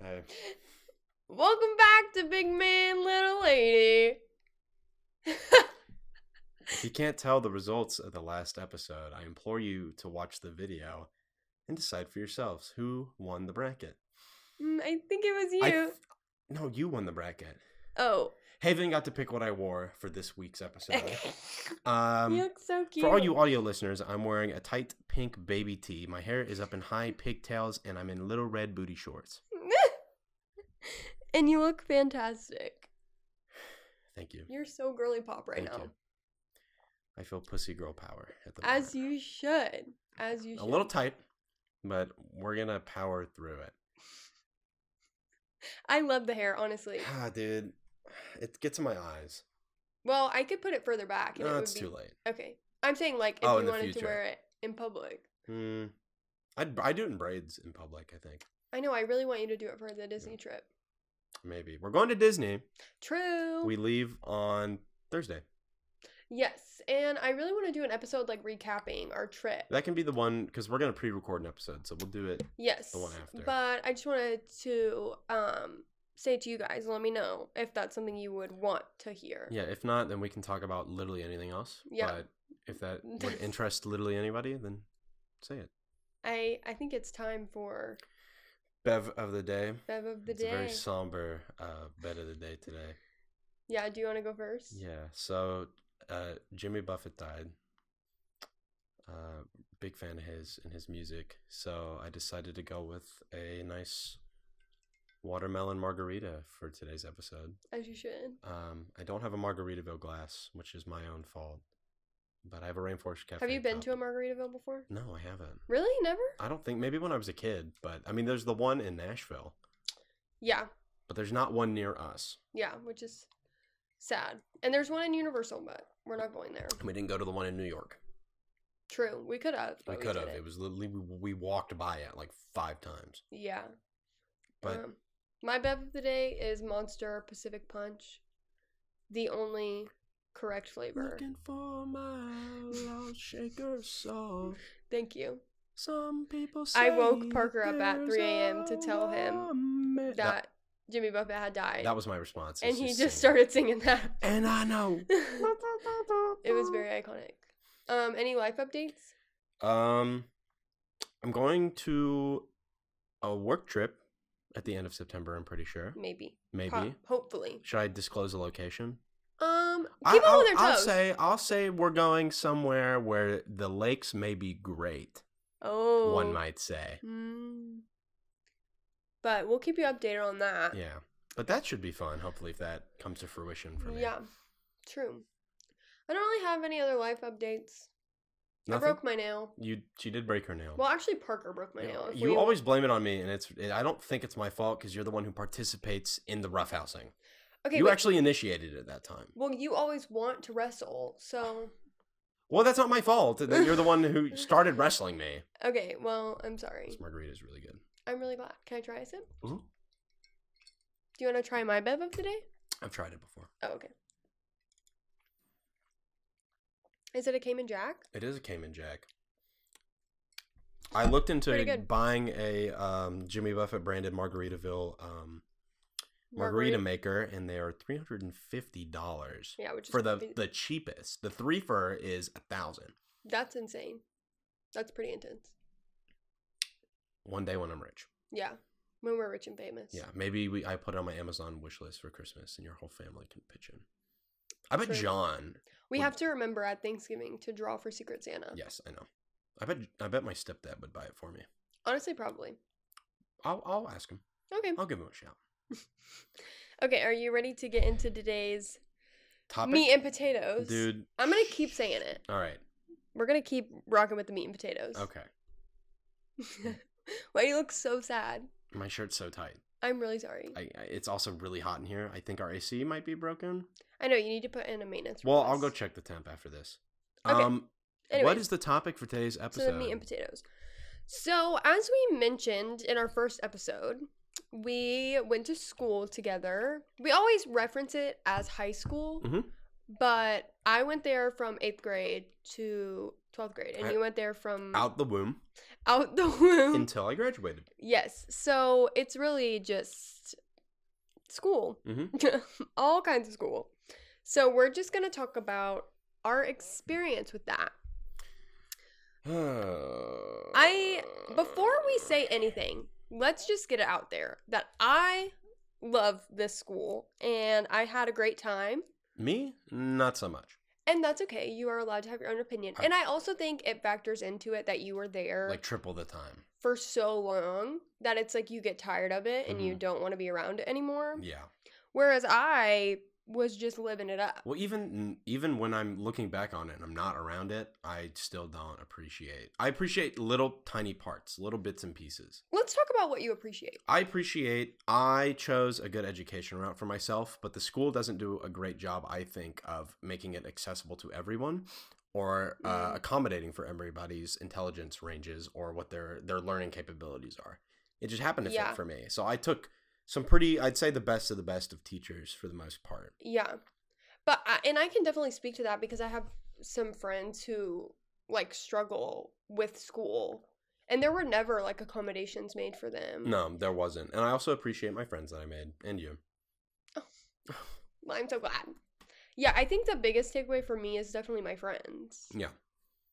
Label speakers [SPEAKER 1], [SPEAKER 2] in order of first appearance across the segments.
[SPEAKER 1] Hey.
[SPEAKER 2] Welcome back to Big Man, Little Lady.
[SPEAKER 1] If you can't tell the results of the last episode, I implore you to watch the video and decide for yourselves who won the bracket.
[SPEAKER 2] Mm, I think it was you.
[SPEAKER 1] I th- no, you won the bracket.
[SPEAKER 2] oh.
[SPEAKER 1] Haven got to pick what I wore for this week's episode.
[SPEAKER 2] you
[SPEAKER 1] Um,
[SPEAKER 2] look so cute.
[SPEAKER 1] For all you audio listeners, I'm wearing a tight pink baby tee. My hair is up in high pigtails, and I'm in little red booty shorts.
[SPEAKER 2] and you look fantastic.
[SPEAKER 1] Thank you.
[SPEAKER 2] You're so girly pop right
[SPEAKER 1] Thank
[SPEAKER 2] now.
[SPEAKER 1] you. I feel pussy girl power at the
[SPEAKER 2] As
[SPEAKER 1] moment.
[SPEAKER 2] you should. As you should.
[SPEAKER 1] a little tight, but we're gonna power through it.
[SPEAKER 2] I love the hair, honestly.
[SPEAKER 1] Ah, dude, it gets in my eyes.
[SPEAKER 2] Well, I could put it further back. And it
[SPEAKER 1] No,
[SPEAKER 2] would
[SPEAKER 1] it's
[SPEAKER 2] be...
[SPEAKER 1] too late.
[SPEAKER 2] Okay. I'm saying, like, if
[SPEAKER 1] Oh, in
[SPEAKER 2] you
[SPEAKER 1] the
[SPEAKER 2] wanted to
[SPEAKER 1] future.
[SPEAKER 2] wear it in public.
[SPEAKER 1] Mm. I'd I do it in braids in public. I think
[SPEAKER 2] I know, I really want you to do it for the Disney trip.
[SPEAKER 1] maybe we're going to Disney.
[SPEAKER 2] True.
[SPEAKER 1] We leave on Thursday.
[SPEAKER 2] Yes. And I really want to do an episode, like, recapping our trip.
[SPEAKER 1] That can be the one because we're gonna pre-record an episode, so we'll do it.
[SPEAKER 2] Yes.
[SPEAKER 1] one after.
[SPEAKER 2] But I just wanted to um say to you guys, let me know if that's something you would want to hear.
[SPEAKER 1] Yeah, if not, then we can talk about literally anything else.
[SPEAKER 2] Yeah.
[SPEAKER 1] But if that would interest literally anybody, then say it.
[SPEAKER 2] I I think it's time for
[SPEAKER 1] Bev of the day.
[SPEAKER 2] Bev of the
[SPEAKER 1] it's
[SPEAKER 2] day.
[SPEAKER 1] a very somber uh, bed of the day today.
[SPEAKER 2] yeah, do you want to go first?
[SPEAKER 1] Yeah. So uh, Jimmy Buffett died. Uh, big fan of his and his music. So I decided to go with a nice watermelon margarita for today's episode.
[SPEAKER 2] As you should.
[SPEAKER 1] Um, I don't have a Margaritaville glass, which is my own fault. But I have a Rainforest Cafe.
[SPEAKER 2] Have you been to a
[SPEAKER 1] cup.
[SPEAKER 2] Margaritaville before?
[SPEAKER 1] No, I haven't.
[SPEAKER 2] Really? Never?
[SPEAKER 1] I don't think maybe when I was a kid, but I mean, there's the one in Nashville,
[SPEAKER 2] Yeah.
[SPEAKER 1] but there's not one near us.
[SPEAKER 2] Yeah, which is sad. And there's one in Universal, but we're not going there.
[SPEAKER 1] And we didn't go to the one in New York.
[SPEAKER 2] True. Oh, We could have.
[SPEAKER 1] We
[SPEAKER 2] but
[SPEAKER 1] could have.
[SPEAKER 2] didn't.
[SPEAKER 1] It was literally we, we walked by it like five times.
[SPEAKER 2] Yeah.
[SPEAKER 1] But
[SPEAKER 2] um, my bev of the day is Monster Pacific Punch, the only correct flavor.
[SPEAKER 1] looking for my lost shaker soul.
[SPEAKER 2] Thank you.
[SPEAKER 1] Some people.
[SPEAKER 2] I woke
[SPEAKER 1] say
[SPEAKER 2] Parker up at
[SPEAKER 1] there's
[SPEAKER 2] 3 a.m. to tell him
[SPEAKER 1] a ma-
[SPEAKER 2] That, Jimmy Buffett had died.
[SPEAKER 1] that, that was my response.
[SPEAKER 2] and
[SPEAKER 1] is
[SPEAKER 2] he just
[SPEAKER 1] singing.
[SPEAKER 2] started singing that.
[SPEAKER 1] And I know.
[SPEAKER 2] it was very iconic. Um, any life updates?
[SPEAKER 1] Um, I'm going to a work trip at the end of September. I'm pretty sure.
[SPEAKER 2] Maybe.
[SPEAKER 1] Maybe.
[SPEAKER 2] Po- hopefully.
[SPEAKER 1] Should I disclose the location?
[SPEAKER 2] Um,
[SPEAKER 1] I-
[SPEAKER 2] keep them
[SPEAKER 1] I'll,
[SPEAKER 2] on their toes.
[SPEAKER 1] I'll say I'll say we're going somewhere where the lakes may be great.
[SPEAKER 2] oh.
[SPEAKER 1] One might say.
[SPEAKER 2] Mm. But we'll keep you updated on that.
[SPEAKER 1] Yeah, but that should be fun. Hopefully, if that comes to fruition for me.
[SPEAKER 2] Yeah, True. I don't really have any other life updates.
[SPEAKER 1] Nothing?
[SPEAKER 2] I broke my nail.
[SPEAKER 1] You. She did break her nail.
[SPEAKER 2] Well, actually, Parker broke my
[SPEAKER 1] Yeah,
[SPEAKER 2] nail. If
[SPEAKER 1] you
[SPEAKER 2] we-
[SPEAKER 1] always blame it on me, and it's. I don't think it's my fault because you're the one who participates in the roughhousing.
[SPEAKER 2] okay.
[SPEAKER 1] you
[SPEAKER 2] wait.
[SPEAKER 1] actually initiated it that time.
[SPEAKER 2] well, you always want to wrestle, so
[SPEAKER 1] Well, that's not my fault. that You're the one who started wrestling me.
[SPEAKER 2] okay. Well, I'm sorry.
[SPEAKER 1] This margarita is really good.
[SPEAKER 2] I'm really glad. Can I try a sip?
[SPEAKER 1] Mhm.
[SPEAKER 2] Do you want to try my bev of today?
[SPEAKER 1] I've tried it before.
[SPEAKER 2] Oh, okay. Is it a Cayman Jack?
[SPEAKER 1] It is a Cayman Jack. I looked
[SPEAKER 2] Pretty
[SPEAKER 1] into
[SPEAKER 2] good.
[SPEAKER 1] buying a um, Jimmy Buffett branded Margaritaville um, margarita maker, and they are three hundred and fifty dollars
[SPEAKER 2] Yeah, which is
[SPEAKER 1] for the
[SPEAKER 2] pretty-
[SPEAKER 1] the cheapest. The three fur is a thousand.
[SPEAKER 2] that's insane. That's pretty intense.
[SPEAKER 1] One day when I'm rich,
[SPEAKER 2] Yeah, when we're rich and famous.
[SPEAKER 1] yeah, maybe we I put it on my Amazon wish list for Christmas, and your whole family can pitch in. I bet
[SPEAKER 2] True.
[SPEAKER 1] John.
[SPEAKER 2] We
[SPEAKER 1] Would-
[SPEAKER 2] have to remember at Thanksgiving to draw for Secret Santa.
[SPEAKER 1] Yes, I know. I bet I bet my stepdad would buy it for me.
[SPEAKER 2] Honestly, probably.
[SPEAKER 1] I'll I'll ask him.
[SPEAKER 2] Okay.
[SPEAKER 1] I'll give him a shout.
[SPEAKER 2] Okay, are you ready to get into today's
[SPEAKER 1] Topic,
[SPEAKER 2] meat and potatoes?
[SPEAKER 1] dude.
[SPEAKER 2] I'm going to keep saying it.
[SPEAKER 1] All right.
[SPEAKER 2] We're going to keep rocking with the meat and potatoes.
[SPEAKER 1] Okay.
[SPEAKER 2] Why you look so sad?
[SPEAKER 1] My shirt's so tight.
[SPEAKER 2] I'm really sorry. I,
[SPEAKER 1] I, I, it's also really hot in here. I think our AC might be broken.
[SPEAKER 2] know you need to put in a maintenance.
[SPEAKER 1] Well, I'll go
[SPEAKER 2] request.
[SPEAKER 1] check the temp after this.
[SPEAKER 2] Okay,
[SPEAKER 1] Um, what
[SPEAKER 2] Anyways,
[SPEAKER 1] is the topic for today's
[SPEAKER 2] so
[SPEAKER 1] episode?
[SPEAKER 2] the meat and potatoes. So, as we mentioned in our first episode, we went to school together. We always reference it as high school,
[SPEAKER 1] Mhm.
[SPEAKER 2] but I went there from eighth grade to 12th grade. And
[SPEAKER 1] I-
[SPEAKER 2] you went there from out,
[SPEAKER 1] out the womb
[SPEAKER 2] the womb.
[SPEAKER 1] until I graduated.
[SPEAKER 2] yes. So it's really just school, all kinds of school. So we're just going to talk about our experience with that.
[SPEAKER 1] I
[SPEAKER 2] I- Before we say anything, let's just get it out there that I love this school and I had a great time.
[SPEAKER 1] me, not so much.
[SPEAKER 2] And that's okay. You are allowed to have your own opinion.
[SPEAKER 1] I-
[SPEAKER 2] And I also think it factors into it that you were there
[SPEAKER 1] Like triple the time.
[SPEAKER 2] for so long that it's like you get tired of it and you
[SPEAKER 1] Mhm.
[SPEAKER 2] don't want to be around it anymore.
[SPEAKER 1] Yeah.
[SPEAKER 2] Whereas I was just living it up.
[SPEAKER 1] Well, even even when I'm looking back on it and I'm not around it, I still don't appreciate. I appreciate little tiny parts, little bits and pieces.
[SPEAKER 2] Let's talk about what you appreciate.
[SPEAKER 1] I appreciate I chose a good education route for myself, but the school doesn't do a great job, I think, of making it accessible to everyone or uh,
[SPEAKER 2] Mm.
[SPEAKER 1] accommodating for everybody's intelligence ranges or what their their learning capabilities are. It just happened to
[SPEAKER 2] Yeah.
[SPEAKER 1] fit for me. So I took some pretty I'd say the best of the best of teachers for the most part.
[SPEAKER 2] Yeah. But I, and I can definitely speak to that because I have some friends who like struggle with school and there were never like accommodations made for them.
[SPEAKER 1] No, there wasn't. And I also appreciate my friends that I made and you.
[SPEAKER 2] Well, I'm so glad. Yeah, I think the biggest takeaway for me is definitely my friends.
[SPEAKER 1] Yeah.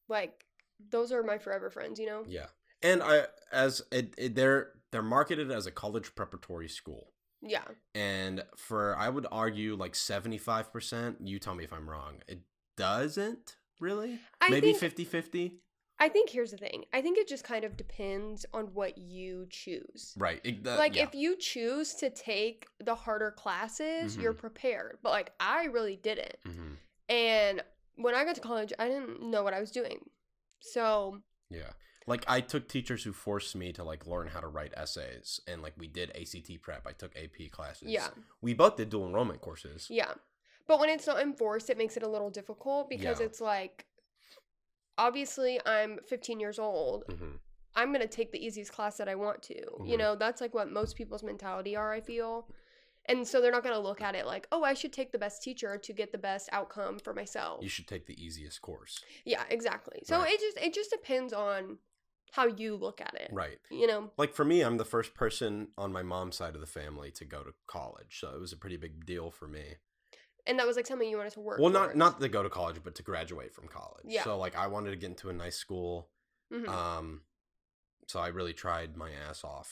[SPEAKER 2] Like those are my forever friends, you know?
[SPEAKER 1] Yeah. And I as it, it they're they're marketed as a college preparatory school.
[SPEAKER 2] Yeah.
[SPEAKER 1] and for I would argue like seventy five percent. You tell me if I'm wrong. It doesn't really.
[SPEAKER 2] I
[SPEAKER 1] Maybe
[SPEAKER 2] think
[SPEAKER 1] 50-50?
[SPEAKER 2] I think here's the thing. I think it just kind of depends on what you choose.
[SPEAKER 1] Right. It- that-
[SPEAKER 2] like
[SPEAKER 1] Uh, yeah.
[SPEAKER 2] if you choose to take the harder classes,
[SPEAKER 1] Mm-hmm.
[SPEAKER 2] you're prepared. But like I really didn't.
[SPEAKER 1] Mhm.
[SPEAKER 2] And when I got to college, I didn't know what I was doing. So,
[SPEAKER 1] Yeah. Like I took teachers who forced me to like learn how to write essays, and like we did ACT prep. I took AP classes.
[SPEAKER 2] yeah.
[SPEAKER 1] We both did dual enrollment courses.
[SPEAKER 2] Yeah. But when it's not enforced, it makes it a little difficult because
[SPEAKER 1] Yeah.
[SPEAKER 2] it's like obviously I'm 15 years old.
[SPEAKER 1] Mhm.
[SPEAKER 2] I'm going to take the easiest class that I want to. You
[SPEAKER 1] Mhm.
[SPEAKER 2] know, that's like what most people's mentality are, I feel. And so they're not going to look at it like, "Oh, I should take the best teacher to get the best outcome for myself."
[SPEAKER 1] You should take the easiest course.
[SPEAKER 2] Yeah, exactly. So
[SPEAKER 1] Right.
[SPEAKER 2] it just it just depends on how you look at it.
[SPEAKER 1] Right.
[SPEAKER 2] You know.
[SPEAKER 1] Like for me, I'm the first person on my mom's side of the family to go to college, so it was a pretty big deal for me.
[SPEAKER 2] And that was like something you wanted to work
[SPEAKER 1] well not
[SPEAKER 2] towards.
[SPEAKER 1] not to go to college but to graduate from college
[SPEAKER 2] Yeah.
[SPEAKER 1] so like i wanted to get into a nice school
[SPEAKER 2] Mhm.
[SPEAKER 1] um so i really tried my ass off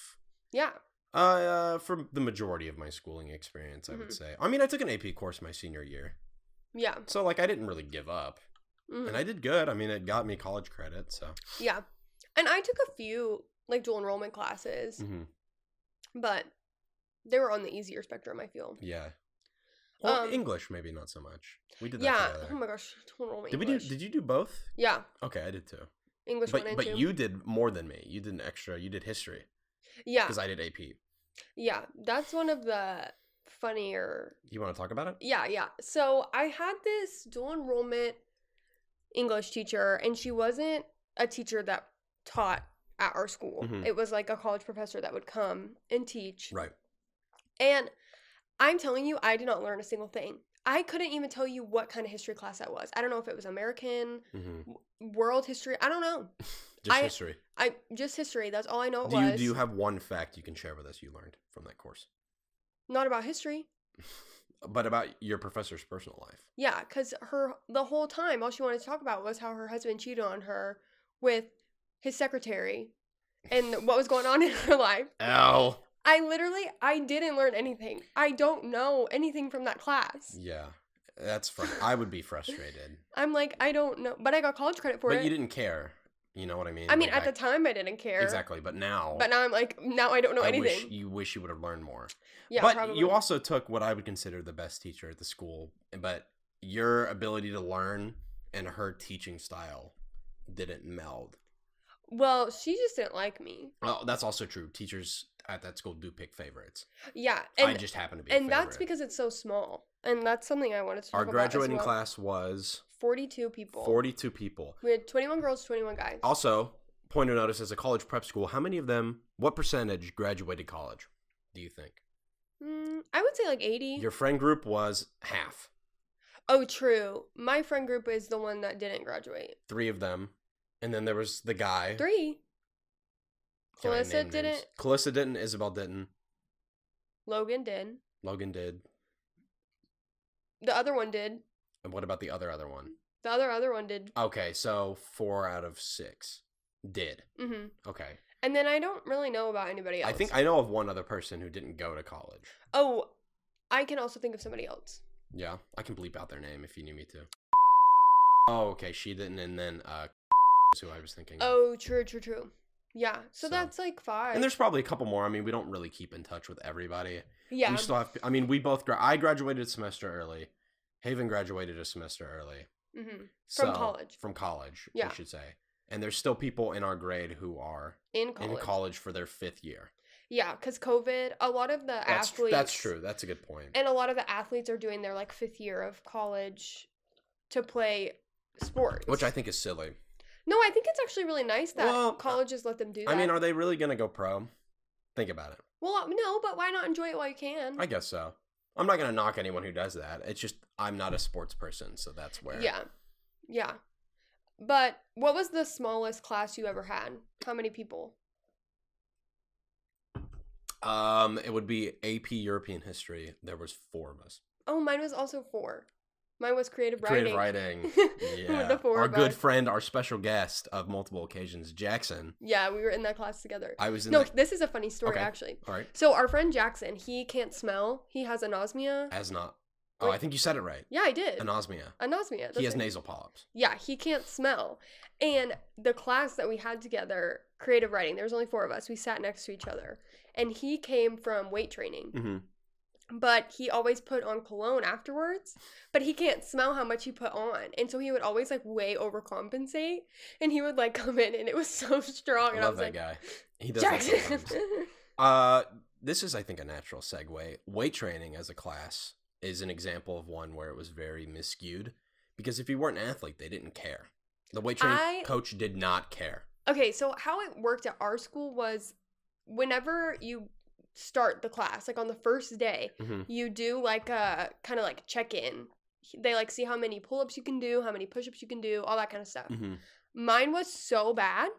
[SPEAKER 2] yeah.
[SPEAKER 1] uh, uh for the majority of my schooling experience i
[SPEAKER 2] Mhm.
[SPEAKER 1] would say i mean i took an ap course my senior year
[SPEAKER 2] Yeah.
[SPEAKER 1] so like i didn't really give up
[SPEAKER 2] Mhm.
[SPEAKER 1] and i did good i mean it got me college credit so
[SPEAKER 2] Yeah. And I took a few like dual enrollment classes,
[SPEAKER 1] Mhm.
[SPEAKER 2] but they were on the easier spectrum, I feel.
[SPEAKER 1] yeah well
[SPEAKER 2] Um,
[SPEAKER 1] english maybe not so much we did that
[SPEAKER 2] Yeah. Oh
[SPEAKER 1] together
[SPEAKER 2] my gosh. Dual enrollment.
[SPEAKER 1] did we do
[SPEAKER 2] English.
[SPEAKER 1] did you do both
[SPEAKER 2] Yeah.
[SPEAKER 1] okay i did too
[SPEAKER 2] English one
[SPEAKER 1] but
[SPEAKER 2] and
[SPEAKER 1] but
[SPEAKER 2] two.
[SPEAKER 1] you did more than me you did an extra you did history
[SPEAKER 2] yeah.
[SPEAKER 1] because i did ap you
[SPEAKER 2] Yeah. That's one of the funnier
[SPEAKER 1] want to talk about it
[SPEAKER 2] Yeah, yeah. So I had this dual enrollment English teacher, and she wasn't a teacher that taught at our school.
[SPEAKER 1] Mhm.
[SPEAKER 2] It was like a college professor that would come and teach.
[SPEAKER 1] right
[SPEAKER 2] And I'm telling you, I did not learn a single thing. I couldn't even tell you what kind of history class that was. I don't know if it was American,
[SPEAKER 1] mm-hmm.
[SPEAKER 2] world history. I don't know.
[SPEAKER 1] Just
[SPEAKER 2] I-
[SPEAKER 1] history.
[SPEAKER 2] I just history. That's all I know. It
[SPEAKER 1] Do you
[SPEAKER 2] was
[SPEAKER 1] do you have one fact you can share with us you learned from that course,
[SPEAKER 2] not about history.
[SPEAKER 1] but about your professor's personal life?
[SPEAKER 2] Yeah, because her the whole time all she wanted to talk about was how her husband cheated on her with his secretary and what was going on in her life.
[SPEAKER 1] Ow.
[SPEAKER 2] I literally I didn't learn anything. I don't know anything from that class.
[SPEAKER 1] Yeah, that's fr- I would be frustrated,
[SPEAKER 2] I'm like I don't know, but I got college credit for
[SPEAKER 1] but
[SPEAKER 2] it.
[SPEAKER 1] you didn't care. You know what I mean?
[SPEAKER 2] I mean,
[SPEAKER 1] Like
[SPEAKER 2] at the
[SPEAKER 1] back-
[SPEAKER 2] time I didn't care.
[SPEAKER 1] exactly, but now,
[SPEAKER 2] But now I'm like now I don't know
[SPEAKER 1] I wish
[SPEAKER 2] anything.
[SPEAKER 1] you wish you would have learned more.
[SPEAKER 2] yeah,
[SPEAKER 1] but
[SPEAKER 2] probably.
[SPEAKER 1] you also took what I would consider the best teacher at the school, but your ability to learn and her teaching style didn't meld.
[SPEAKER 2] well, she just didn't like me.
[SPEAKER 1] Well, that's also true. Teachers at that school do pick favorites.
[SPEAKER 2] Yeah,
[SPEAKER 1] I
[SPEAKER 2] and
[SPEAKER 1] just happen to be. a
[SPEAKER 2] and that's
[SPEAKER 1] favorite.
[SPEAKER 2] because it's so small, and that's something I wanted to talk
[SPEAKER 1] Our
[SPEAKER 2] about.
[SPEAKER 1] graduating class was
[SPEAKER 2] forty-two people.
[SPEAKER 1] 42 people.
[SPEAKER 2] We had 21 girls, 21 guys.
[SPEAKER 1] Oh. Also, point of notice as a college prep school, how many of them, what percentage graduated college do you think?
[SPEAKER 2] Mm, I would say like 80.
[SPEAKER 1] Your friend group was half.
[SPEAKER 2] oh, true. My friend group is the one that didn't graduate.
[SPEAKER 1] Three of them And then there was the guy.
[SPEAKER 2] Three.
[SPEAKER 1] Can I
[SPEAKER 2] Calista
[SPEAKER 1] name names?
[SPEAKER 2] didn't.
[SPEAKER 1] Calista didn't. Isabel didn't.
[SPEAKER 2] Logan did.
[SPEAKER 1] Logan did.
[SPEAKER 2] The other one did.
[SPEAKER 1] And what about the other other one?
[SPEAKER 2] The other other one did.
[SPEAKER 1] Okay, so four out of six did.
[SPEAKER 2] hmm
[SPEAKER 1] Okay,
[SPEAKER 2] And then I don't really know about anybody else.
[SPEAKER 1] I think I know of one other person who didn't go to college.
[SPEAKER 2] Oh, I can also think of somebody else.
[SPEAKER 1] Yeah, I can bleep out their name if you need me to. Oh, okay, she didn't, and then uh, is who I was thinking. of.
[SPEAKER 2] Oh, true, true, true. Yeah. So,
[SPEAKER 1] So-
[SPEAKER 2] that's like five.
[SPEAKER 1] and there's probably a couple more. I mean, we don't really keep in touch with everybody.
[SPEAKER 2] yeah.
[SPEAKER 1] We still have. I mean, we both. Gra- I graduated a semester early. Haven graduated a semester early.
[SPEAKER 2] hmm From
[SPEAKER 1] So-
[SPEAKER 2] college.
[SPEAKER 1] From college,
[SPEAKER 2] Yeah.
[SPEAKER 1] I should say. And there's still people in our grade who are
[SPEAKER 2] In college.
[SPEAKER 1] in college for their fifth year.
[SPEAKER 2] Yeah, because COVID, a lot of the
[SPEAKER 1] That's tr-
[SPEAKER 2] athletes.
[SPEAKER 1] that's true. That's a good point.
[SPEAKER 2] And a lot of the athletes are doing their like fifth year of college to play sports.
[SPEAKER 1] Which I think is silly.
[SPEAKER 2] No, I think it's actually really nice that
[SPEAKER 1] Well, uh,
[SPEAKER 2] colleges let them do that.
[SPEAKER 1] I mean, are they really gonna go pro? Think about it.
[SPEAKER 2] well, uh, no, but why not enjoy it while you can?
[SPEAKER 1] I guess so. I'm not gonna knock anyone who does that. It's just I'm not a sports person, so that's where.
[SPEAKER 2] Yeah. Yeah. But what was the smallest class you ever had? How many people?
[SPEAKER 1] Um, it would be AP European History. There was four of us.
[SPEAKER 2] Oh, mine was also four. Mine was creative writing.
[SPEAKER 1] Creative writing. Yeah.
[SPEAKER 2] The four
[SPEAKER 1] our
[SPEAKER 2] of
[SPEAKER 1] good
[SPEAKER 2] us.
[SPEAKER 1] friend, our special guest of multiple occasions, Jackson.
[SPEAKER 2] Yeah, we were in that class together.
[SPEAKER 1] I was in.
[SPEAKER 2] no,
[SPEAKER 1] the-
[SPEAKER 2] this is a funny story
[SPEAKER 1] Okay.
[SPEAKER 2] actually.
[SPEAKER 1] all right.
[SPEAKER 2] So our friend Jackson, he can't smell. He has anosmia.
[SPEAKER 1] As not. Oh, I
[SPEAKER 2] Wait.
[SPEAKER 1] think you said it right.
[SPEAKER 2] Yeah, I did.
[SPEAKER 1] Anosmia.
[SPEAKER 2] anosmia. that's
[SPEAKER 1] He has
[SPEAKER 2] it.
[SPEAKER 1] nasal polyps.
[SPEAKER 2] Yeah, he can't smell. And the class that we had together, creative writing, there was only four of us. We sat next to each other. And he came from weight training,
[SPEAKER 1] Mm-hmm.
[SPEAKER 2] but he always put on cologne afterwards, but he can't smell how much he put on. And so he would always like way overcompensate. And he would like come in and it was so
[SPEAKER 1] I
[SPEAKER 2] strong. And I,
[SPEAKER 1] love
[SPEAKER 2] was
[SPEAKER 1] that
[SPEAKER 2] like,
[SPEAKER 1] guy. He does. that
[SPEAKER 2] Jackson.
[SPEAKER 1] sometimes. Uh, this is, I think, a natural segue. Weight training as a class is an example of one where it was very miscued because if you weren't an athlete, they didn't care. The weight training
[SPEAKER 2] I-
[SPEAKER 1] coach did not care.
[SPEAKER 2] okay, so how it worked at our school was whenever you start the class, like on the first day,
[SPEAKER 1] Mm-hmm.
[SPEAKER 2] you do like a kind of like check in. They like see how many pull ups you can do, how many push ups you can do, all that kind of stuff.
[SPEAKER 1] Mm-hmm.
[SPEAKER 2] Mine was so bad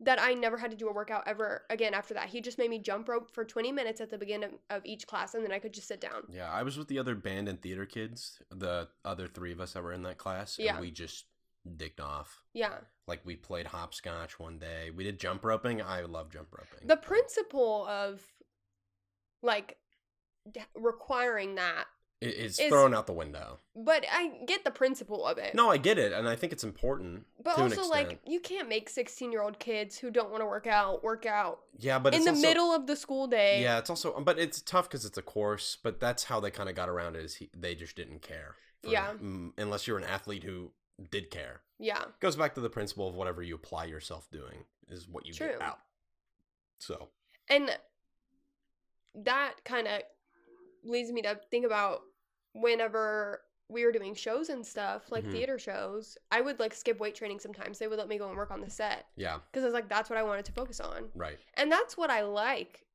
[SPEAKER 2] that I never had to do a workout ever again after that. He just made me jump rope for 20 minutes at the beginning of, of each class and then I could just sit down.
[SPEAKER 1] Yeah, I was with the other band and theater kids, the other three of us that were in that class,
[SPEAKER 2] Yeah.
[SPEAKER 1] and we just dicked off.
[SPEAKER 2] Yeah.
[SPEAKER 1] Like we played hopscotch one day. We did jump roping. I love jump roping.
[SPEAKER 2] The principle of like d- requiring that,
[SPEAKER 1] It- it's
[SPEAKER 2] is-
[SPEAKER 1] thrown out the window.
[SPEAKER 2] but I get the principle of it.
[SPEAKER 1] No, I get it, and I think it's important.
[SPEAKER 2] But
[SPEAKER 1] to an
[SPEAKER 2] also, like,
[SPEAKER 1] extent.
[SPEAKER 2] you can't make 16 year old kids who don't want to work out work out
[SPEAKER 1] yeah, but
[SPEAKER 2] in
[SPEAKER 1] it's
[SPEAKER 2] the
[SPEAKER 1] also-
[SPEAKER 2] middle of the school day.
[SPEAKER 1] Yeah, it's also, but it's tough because it's a course. But that's how they kind of got around it. Is he, they just didn't care.
[SPEAKER 2] Yeah.
[SPEAKER 1] mm, unless you're an athlete who did care.
[SPEAKER 2] Yeah.
[SPEAKER 1] Goes back to the principle of whatever you apply yourself doing is what you
[SPEAKER 2] True.
[SPEAKER 1] get out. So
[SPEAKER 2] And that kind of leads me to think about whenever we were doing shows and stuff, like
[SPEAKER 1] Mhm.
[SPEAKER 2] theater shows, I would like skip weight training sometimes. They would let me go and work on the set
[SPEAKER 1] yeah,
[SPEAKER 2] because I was like, that's what I wanted to focus on.
[SPEAKER 1] right.
[SPEAKER 2] And that's what I like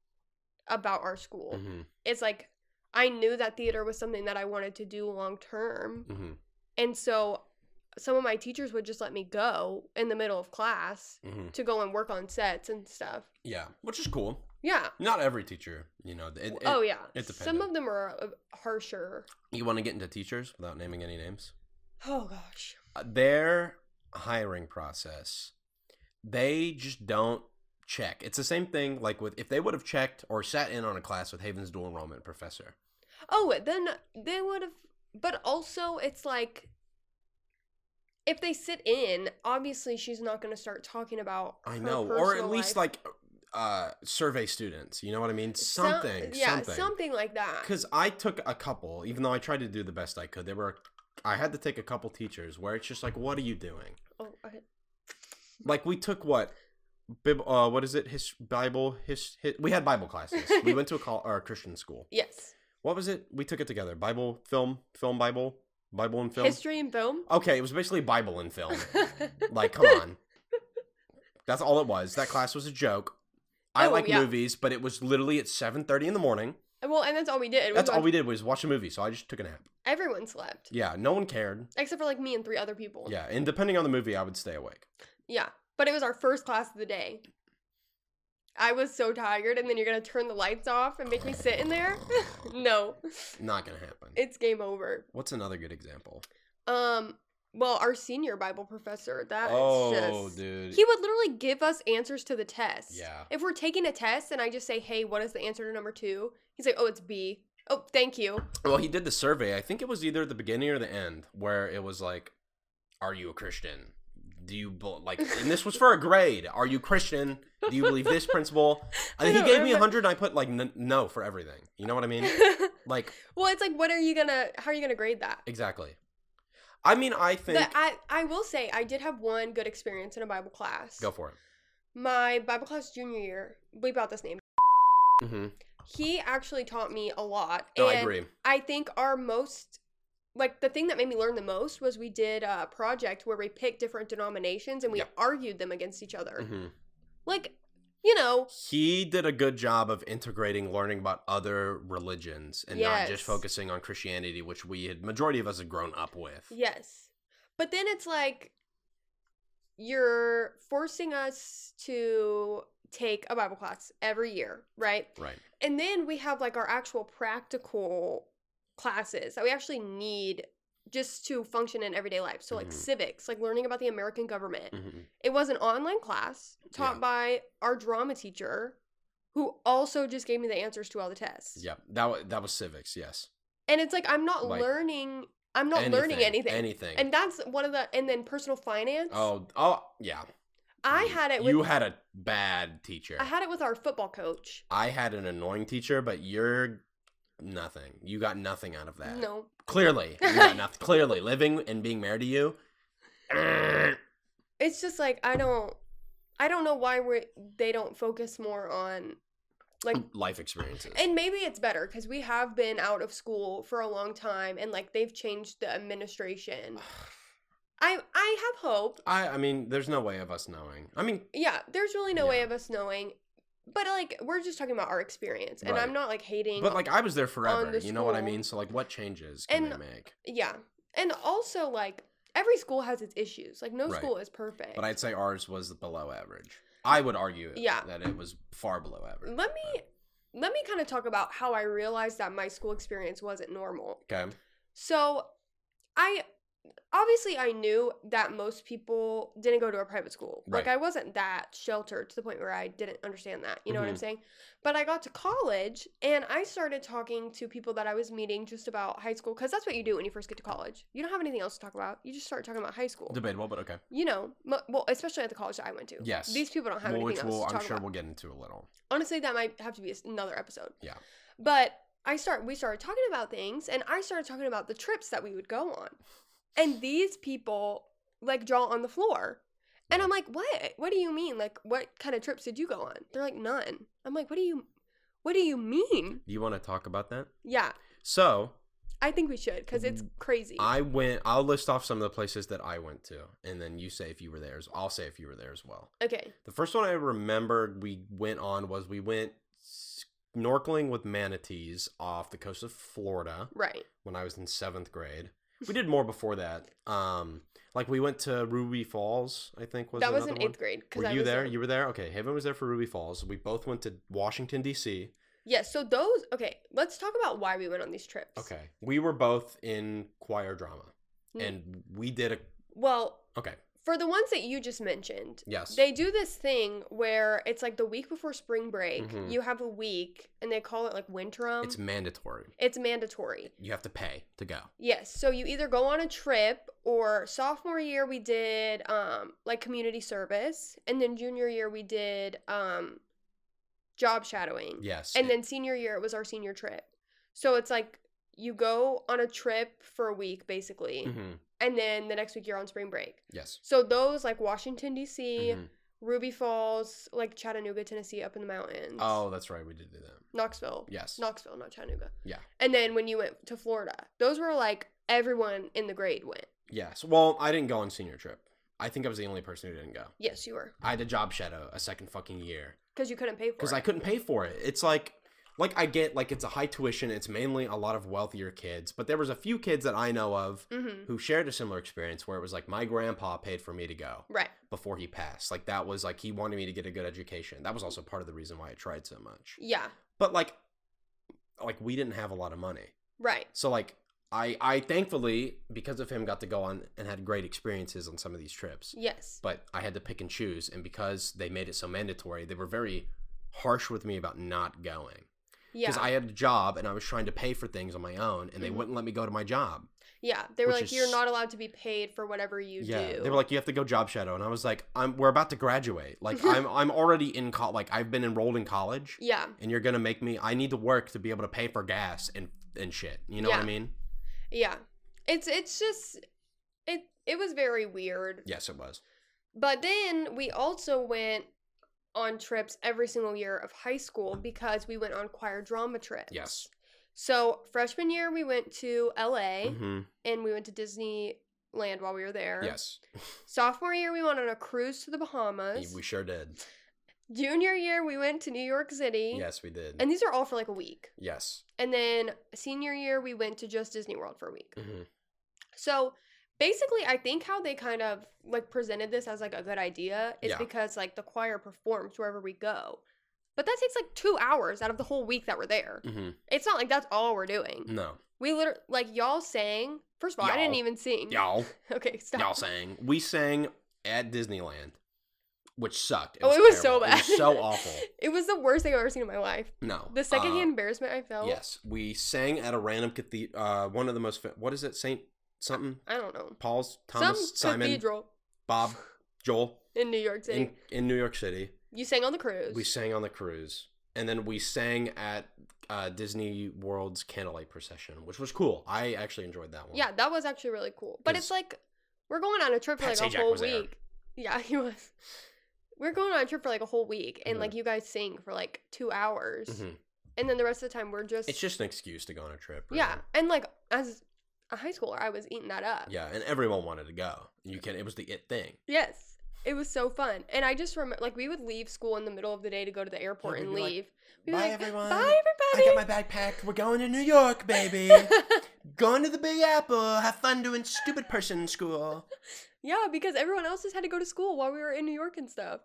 [SPEAKER 2] about our school.
[SPEAKER 1] hmm
[SPEAKER 2] It's like, I knew that theater was something that I wanted to do long term.
[SPEAKER 1] hmm
[SPEAKER 2] And so some of my teachers would just let me go in the middle of class
[SPEAKER 1] hmm
[SPEAKER 2] to go and work on sets and stuff.
[SPEAKER 1] Yeah, which is cool.
[SPEAKER 2] Yeah.
[SPEAKER 1] Not every teacher, you know. It, it-
[SPEAKER 2] oh yeah.
[SPEAKER 1] it
[SPEAKER 2] Some
[SPEAKER 1] depended.
[SPEAKER 2] of them are uh, harsher.
[SPEAKER 1] You want to get into teachers without naming any names.
[SPEAKER 2] Oh gosh.
[SPEAKER 1] Uh, Their hiring process, they just don't check. It's the same thing like with if they would have checked or sat in on a class with Haven's dual enrollment professor.
[SPEAKER 2] Oh, then they would have. But also, it's like if they sit in, obviously she's not going to start talking about.
[SPEAKER 1] I
[SPEAKER 2] her
[SPEAKER 1] know, or at
[SPEAKER 2] personal
[SPEAKER 1] least
[SPEAKER 2] life.
[SPEAKER 1] like uh survey students. You know what I mean?
[SPEAKER 2] Some-
[SPEAKER 1] Something,
[SPEAKER 2] yeah,
[SPEAKER 1] something.
[SPEAKER 2] like that.
[SPEAKER 1] Because I took a couple, even though I tried to do the best I could. There were, I had to take a couple teachers where it's just like, what are you doing?
[SPEAKER 2] Oh, okay.
[SPEAKER 1] Like we took what, bib, uh, what is it? His Bible, his, hi we had Bible classes. we went to a call or a Christian school.
[SPEAKER 2] yes,
[SPEAKER 1] What was it? We took it together. Bible, film, film, Bible, Bible and film.
[SPEAKER 2] history and film.
[SPEAKER 1] Okay, it was basically Bible and film. Like, come on. That's all it was. That class was a joke. I
[SPEAKER 2] Oh,
[SPEAKER 1] like
[SPEAKER 2] yeah.
[SPEAKER 1] movies, but it was literally at seven thirty in the morning.
[SPEAKER 2] well, and that's all we did.
[SPEAKER 1] That's all
[SPEAKER 2] watched-
[SPEAKER 1] we did was watch a movie. So I just took a nap.
[SPEAKER 2] Everyone slept
[SPEAKER 1] Yeah, no one cared.
[SPEAKER 2] except for like me and three other people.
[SPEAKER 1] Yeah, and depending on the movie, I would stay awake.
[SPEAKER 2] Yeah. But it was our first class of the day. I was so tired, and then you're gonna turn the lights off and make me sit in there? no,
[SPEAKER 1] Not gonna happen.
[SPEAKER 2] it's game over.
[SPEAKER 1] What's another good example?
[SPEAKER 2] Um, well, our senior Bible professor, that is
[SPEAKER 1] oh,
[SPEAKER 2] just
[SPEAKER 1] dude.
[SPEAKER 2] he would literally give us answers to the test.
[SPEAKER 1] Yeah.
[SPEAKER 2] If we're taking a test and I just say, "Hey, what is the answer to number 2?" He's like, "Oh, it's B." Oh, thank you.
[SPEAKER 1] well, he did the survey. I think it was either the beginning or the end where it was like, "Are you a Christian? Do you bel like?" And this was for a grade. Are you Christian? Do you believe this principle?
[SPEAKER 2] I
[SPEAKER 1] And he
[SPEAKER 2] don't
[SPEAKER 1] gave me a
[SPEAKER 2] remember.
[SPEAKER 1] hundred, and I put like n- no for everything. You know what I mean? Like
[SPEAKER 2] well, it's like, what are you gonna? How are you gonna grade that?
[SPEAKER 1] exactly. I mean, I think
[SPEAKER 2] But I, I will say, I did have one good experience in a Bible class.
[SPEAKER 1] go for it.
[SPEAKER 2] My Bible class junior year, bleep out this name.
[SPEAKER 1] Mm-hmm.
[SPEAKER 2] He actually taught me a lot.
[SPEAKER 1] No, I
[SPEAKER 2] and
[SPEAKER 1] agree.
[SPEAKER 2] I think our most like the thing that made me learn the most was we did a project where we picked different denominations and we
[SPEAKER 1] Yeah.
[SPEAKER 2] argued them against each other.
[SPEAKER 1] hmm
[SPEAKER 2] Like, you know,
[SPEAKER 1] He did a good job of integrating learning about other religions and not
[SPEAKER 2] Yes.
[SPEAKER 1] just focusing on Christianity, which we had majority of us had grown up with.
[SPEAKER 2] yes. But then it's like you're forcing us to take a Bible class every year, right?
[SPEAKER 1] Right.
[SPEAKER 2] And then we have like our actual practical classes that we actually need just to function in everyday life. So like
[SPEAKER 1] Mhm.
[SPEAKER 2] civics, like learning about the American government.
[SPEAKER 1] hmm
[SPEAKER 2] It was an online class taught
[SPEAKER 1] Yeah.
[SPEAKER 2] by our drama teacher who also just gave me the answers to all the tests.
[SPEAKER 1] Yep. That was that was civics. Yes.
[SPEAKER 2] And it's like I'm not
[SPEAKER 1] Like,
[SPEAKER 2] learning I'm not learning anything.
[SPEAKER 1] Anything.
[SPEAKER 2] And that's one of the and then personal finance.
[SPEAKER 1] oh, oh, yeah.
[SPEAKER 2] I had it with
[SPEAKER 1] you had a bad teacher.
[SPEAKER 2] I had it with our football coach.
[SPEAKER 1] I had an annoying teacher, but you're nothing. You got nothing out of that.
[SPEAKER 2] No.
[SPEAKER 1] Clearly, you got nothing. Clearly, living and being married to you.
[SPEAKER 2] It's just like I don't I don't know why we they don't focus more on like
[SPEAKER 1] Life experiences.
[SPEAKER 2] and maybe it's better cuz we have been out of school for a long time and like they've changed the administration. I I have hope.
[SPEAKER 1] I I mean, there's no way of us knowing. I mean,
[SPEAKER 2] yeah there's really no way
[SPEAKER 1] Yeah.
[SPEAKER 2] of us knowing but like we're just talking about our experience and
[SPEAKER 1] Right.
[SPEAKER 2] i'm not like hating
[SPEAKER 1] but like I was there forever.
[SPEAKER 2] the
[SPEAKER 1] you know what I
[SPEAKER 2] school.
[SPEAKER 1] mean? So like, what changes can they
[SPEAKER 2] And-
[SPEAKER 1] make?
[SPEAKER 2] yeah and also like every school has its issues like no
[SPEAKER 1] Right.
[SPEAKER 2] school is perfect
[SPEAKER 1] But I'd say ours was below average. I would argue
[SPEAKER 2] Yeah.
[SPEAKER 1] that it was far below average.
[SPEAKER 2] let me let me kind of talk about how i realized that my school experience wasn't normal
[SPEAKER 1] Okay.
[SPEAKER 2] so i obviously i knew that most people didn't go to a private school like
[SPEAKER 1] Right.
[SPEAKER 2] i wasn't that sheltered to the point where i didn't understand that you know what i'm
[SPEAKER 1] Mhm.
[SPEAKER 2] saying but i got to college and i started talking to people that i was meeting just about high school because that's what you do when you first get to college you don't have anything else to talk about you just start talking about high school
[SPEAKER 1] Debatable, but okay.
[SPEAKER 2] you know mo- well especially at the college that i went to
[SPEAKER 1] Yes.
[SPEAKER 2] these people don't have
[SPEAKER 1] Well, which
[SPEAKER 2] anything else
[SPEAKER 1] we'll,
[SPEAKER 2] to
[SPEAKER 1] I'm
[SPEAKER 2] talk
[SPEAKER 1] sure
[SPEAKER 2] about
[SPEAKER 1] we'll get into a little.
[SPEAKER 2] honestly that might have to be s- another episode
[SPEAKER 1] Yeah.
[SPEAKER 2] but i start we started talking about things and i started talking about the trips that we would go on and these people like jaw on the floor and i'm like what what do you mean like what kind of trips did you go on they're like none i'm like what do you what do you mean
[SPEAKER 1] Do you want to talk about that?
[SPEAKER 2] yeah
[SPEAKER 1] So
[SPEAKER 2] i think we should because it's crazy
[SPEAKER 1] Mm-hmm. I went. I'll list off some of the places that I went to, and then you say if you were there. as- I'll say if you were there as well.
[SPEAKER 2] okay
[SPEAKER 1] The first one I remember we went on was we went snorkeling with manatees off the coast of Florida
[SPEAKER 2] right
[SPEAKER 1] when I was in seventh grade. We did more before that. Um, like we went to Ruby Falls. I think was
[SPEAKER 2] that was in
[SPEAKER 1] another one.
[SPEAKER 2] eighth grade because
[SPEAKER 1] Were
[SPEAKER 2] i
[SPEAKER 1] you
[SPEAKER 2] was
[SPEAKER 1] there?
[SPEAKER 2] a-
[SPEAKER 1] You were there. Okay, Haven was there for Ruby Falls. We both went to Washington D.C.
[SPEAKER 2] yeah so those okay let's talk about why we went on these trips
[SPEAKER 1] Okay. We were both in choir drama.
[SPEAKER 2] Mm.
[SPEAKER 1] And we did a
[SPEAKER 2] well
[SPEAKER 1] okay.
[SPEAKER 2] for the ones that you just mentioned
[SPEAKER 1] Yes.
[SPEAKER 2] They do this thing where it's like the week before spring break,
[SPEAKER 1] Mhm.
[SPEAKER 2] you have a week, and they call it like winterum.
[SPEAKER 1] it's mandatory.
[SPEAKER 2] It's mandatory.
[SPEAKER 1] You have to pay to go.
[SPEAKER 2] Yes. So you either go on a trip or sophomore year we did um like community service, and then junior year we did um job shadowing.
[SPEAKER 1] Yes.
[SPEAKER 2] And then senior year it was our senior trip. So it's like you go on a trip for a week basically,
[SPEAKER 1] Mhm.
[SPEAKER 2] and then the next week you're on spring break.
[SPEAKER 1] Yes.
[SPEAKER 2] So those like Washington D.C.
[SPEAKER 1] Mhm.
[SPEAKER 2] Ruby Falls, like Chattanooga, Tennessee, up in the mountains.
[SPEAKER 1] Oh, that's right. We did do that.
[SPEAKER 2] Knoxville.
[SPEAKER 1] Yes.
[SPEAKER 2] Knoxville, not Chattanooga.
[SPEAKER 1] Yeah.
[SPEAKER 2] And then when you went to Florida, those were like everyone in the grade went.
[SPEAKER 1] Yes. Well, I didn't go on senior trip. I think I was the only person who didn't go.
[SPEAKER 2] Yes, you were.
[SPEAKER 1] I had a job shadow a second fucking year
[SPEAKER 2] Because you couldn't pay for
[SPEAKER 1] because
[SPEAKER 2] it.
[SPEAKER 1] I couldn't pay for it. It's like like I get like it's a high tuition, it's mainly a lot of wealthier kids, but there was a few kids that I know of
[SPEAKER 2] Mm-hmm.
[SPEAKER 1] who shared a similar experience where it was like my grandpa paid for me to go
[SPEAKER 2] Right.
[SPEAKER 1] before he passed. Like that was like he wanted me to get a good education. That was also part of the reason why I tried so much.
[SPEAKER 2] Yeah.
[SPEAKER 1] But like like we didn't have a lot of money.
[SPEAKER 2] Right.
[SPEAKER 1] So like I I thankfully because of him got to go on and had great experiences on some of these trips.
[SPEAKER 2] Yes.
[SPEAKER 1] But I had to pick and choose and because they made it so mandatory, they were very harsh with me about not going.
[SPEAKER 2] Yeah.
[SPEAKER 1] Because I had a job and I was trying to pay for things on my own and they
[SPEAKER 2] Mhm.
[SPEAKER 1] wouldn't let me go to my job.
[SPEAKER 2] yeah. They were
[SPEAKER 1] which
[SPEAKER 2] like, you're
[SPEAKER 1] is-
[SPEAKER 2] not allowed to be paid for whatever you
[SPEAKER 1] yeah.
[SPEAKER 2] do.
[SPEAKER 1] They were like, You have to go job shadow and I was like, I'm we're about to graduate. Like I'm I'm already in co- like I've been enrolled in college
[SPEAKER 2] yeah.
[SPEAKER 1] and you're gonna make me I need to work to be able to pay for gas and and shit. You know what
[SPEAKER 2] Yeah.
[SPEAKER 1] I mean?
[SPEAKER 2] Yeah. It's it's just it it was very weird.
[SPEAKER 1] Yes it was.
[SPEAKER 2] But then we also went on trips every single year of high school because we went on choir drama trips.
[SPEAKER 1] Yes.
[SPEAKER 2] So freshman year we went to LA
[SPEAKER 1] hmm
[SPEAKER 2] and we went to Disneyland while we were there.
[SPEAKER 1] Yes.
[SPEAKER 2] Sophomore year we went on a cruise to the Bahamas.
[SPEAKER 1] We sure did.
[SPEAKER 2] Junior year we went to New York City.
[SPEAKER 1] Yes, we did.
[SPEAKER 2] And these are all for like a week.
[SPEAKER 1] yes.
[SPEAKER 2] And then senior year we went to just Disney World for a week.
[SPEAKER 1] hmm
[SPEAKER 2] So basically, I think how they kind of like presented this as like a good idea is
[SPEAKER 1] Yeah.
[SPEAKER 2] because like the choir performs wherever we go. But that takes like two hours out of the whole week that we're there.
[SPEAKER 1] hmm
[SPEAKER 2] It's not like that's all we're doing.
[SPEAKER 1] No.
[SPEAKER 2] We literally, like, y'all sang. First of all, I
[SPEAKER 1] Mm-hmm.
[SPEAKER 2] didn't
[SPEAKER 1] Y'all.
[SPEAKER 2] even sing.
[SPEAKER 1] Y'all,
[SPEAKER 2] Okay, stop.
[SPEAKER 1] y'all sang. We sang at Disneyland, which sucked.
[SPEAKER 2] oh, it was so
[SPEAKER 1] terrible.
[SPEAKER 2] bad.
[SPEAKER 1] It was so awful.
[SPEAKER 2] it was the worst thing I've ever seen in my life.
[SPEAKER 1] No.
[SPEAKER 2] The secondhand
[SPEAKER 1] uh,
[SPEAKER 2] embarrassment I felt.
[SPEAKER 1] Yes, we sang at a random cathedral. Uh, one of the most. fa- What is it? Saint something.
[SPEAKER 2] I don't know.
[SPEAKER 1] Paul's Thomas
[SPEAKER 2] Some
[SPEAKER 1] Simon
[SPEAKER 2] cathedral
[SPEAKER 1] Bob Joel
[SPEAKER 2] in New York City.
[SPEAKER 1] in in New York City.
[SPEAKER 2] you sang on the cruise.
[SPEAKER 1] We sang on the cruise, and then we sang at uh, Disney World's candlelight procession, which was cool. I actually enjoyed that one.
[SPEAKER 2] Yeah, that was actually really cool. But it's
[SPEAKER 1] 'Cause-
[SPEAKER 2] like we're going on a trip for
[SPEAKER 1] Pat
[SPEAKER 2] like a
[SPEAKER 1] Sajak
[SPEAKER 2] whole
[SPEAKER 1] was there.
[SPEAKER 2] week. Yeah, he was. We're going on a trip for like a whole week, and
[SPEAKER 1] Mhm.
[SPEAKER 2] like you guys sing for like two hours,
[SPEAKER 1] Mhm.
[SPEAKER 2] and then the rest of the time we're just,
[SPEAKER 1] It's just an excuse to go on a trip. really.
[SPEAKER 2] yeah. And like as a high schooler, I was eating that up.
[SPEAKER 1] Yeah, and everyone wanted to go. You can. It was the it thing.
[SPEAKER 2] Yes, it was so fun, and I just remember like we would leave school in the middle of the day to go to the airport
[SPEAKER 1] we'd
[SPEAKER 2] and
[SPEAKER 1] be like,
[SPEAKER 2] leave. We'd be
[SPEAKER 1] "Bye,
[SPEAKER 2] like,
[SPEAKER 1] everyone.
[SPEAKER 2] Bye everybody.
[SPEAKER 1] my bag packed. We're going to New York, baby. going to the Big Apple. Have fun doing stupid person school.
[SPEAKER 2] yeah, because everyone else just had to go to school while we were in New York and stuff.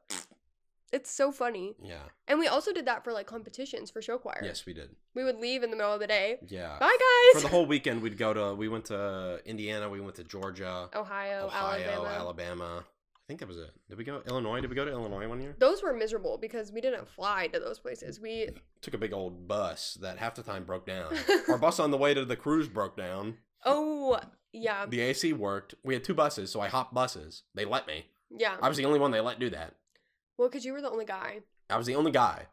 [SPEAKER 2] It's so funny.
[SPEAKER 1] Yeah.
[SPEAKER 2] And we also did that for like competitions for show choir.
[SPEAKER 1] Yes, we did.
[SPEAKER 2] We would leave in the middle of the day.
[SPEAKER 1] Yeah.
[SPEAKER 2] Bye
[SPEAKER 1] For
[SPEAKER 2] guys.
[SPEAKER 1] the whole weekend, we'd go to. We went to Indiana. We went to Georgia,
[SPEAKER 2] Ohio,
[SPEAKER 1] Ohio,
[SPEAKER 2] Alabama.
[SPEAKER 1] Alabama. I think that was it. Did we go Illinois? Did we go to Illinois one year?
[SPEAKER 2] Those were miserable because we didn't fly to those places. We
[SPEAKER 1] Took a big old bus that half the time broke down. Our bus on the way to the cruise broke down.
[SPEAKER 2] Oh, yeah.
[SPEAKER 1] The AC worked. We had two buses, so I hopped buses. They let me.
[SPEAKER 2] Yeah.
[SPEAKER 1] I was the only one they let do that.
[SPEAKER 2] Well, cuz you were the only guy.
[SPEAKER 1] I was the only guy.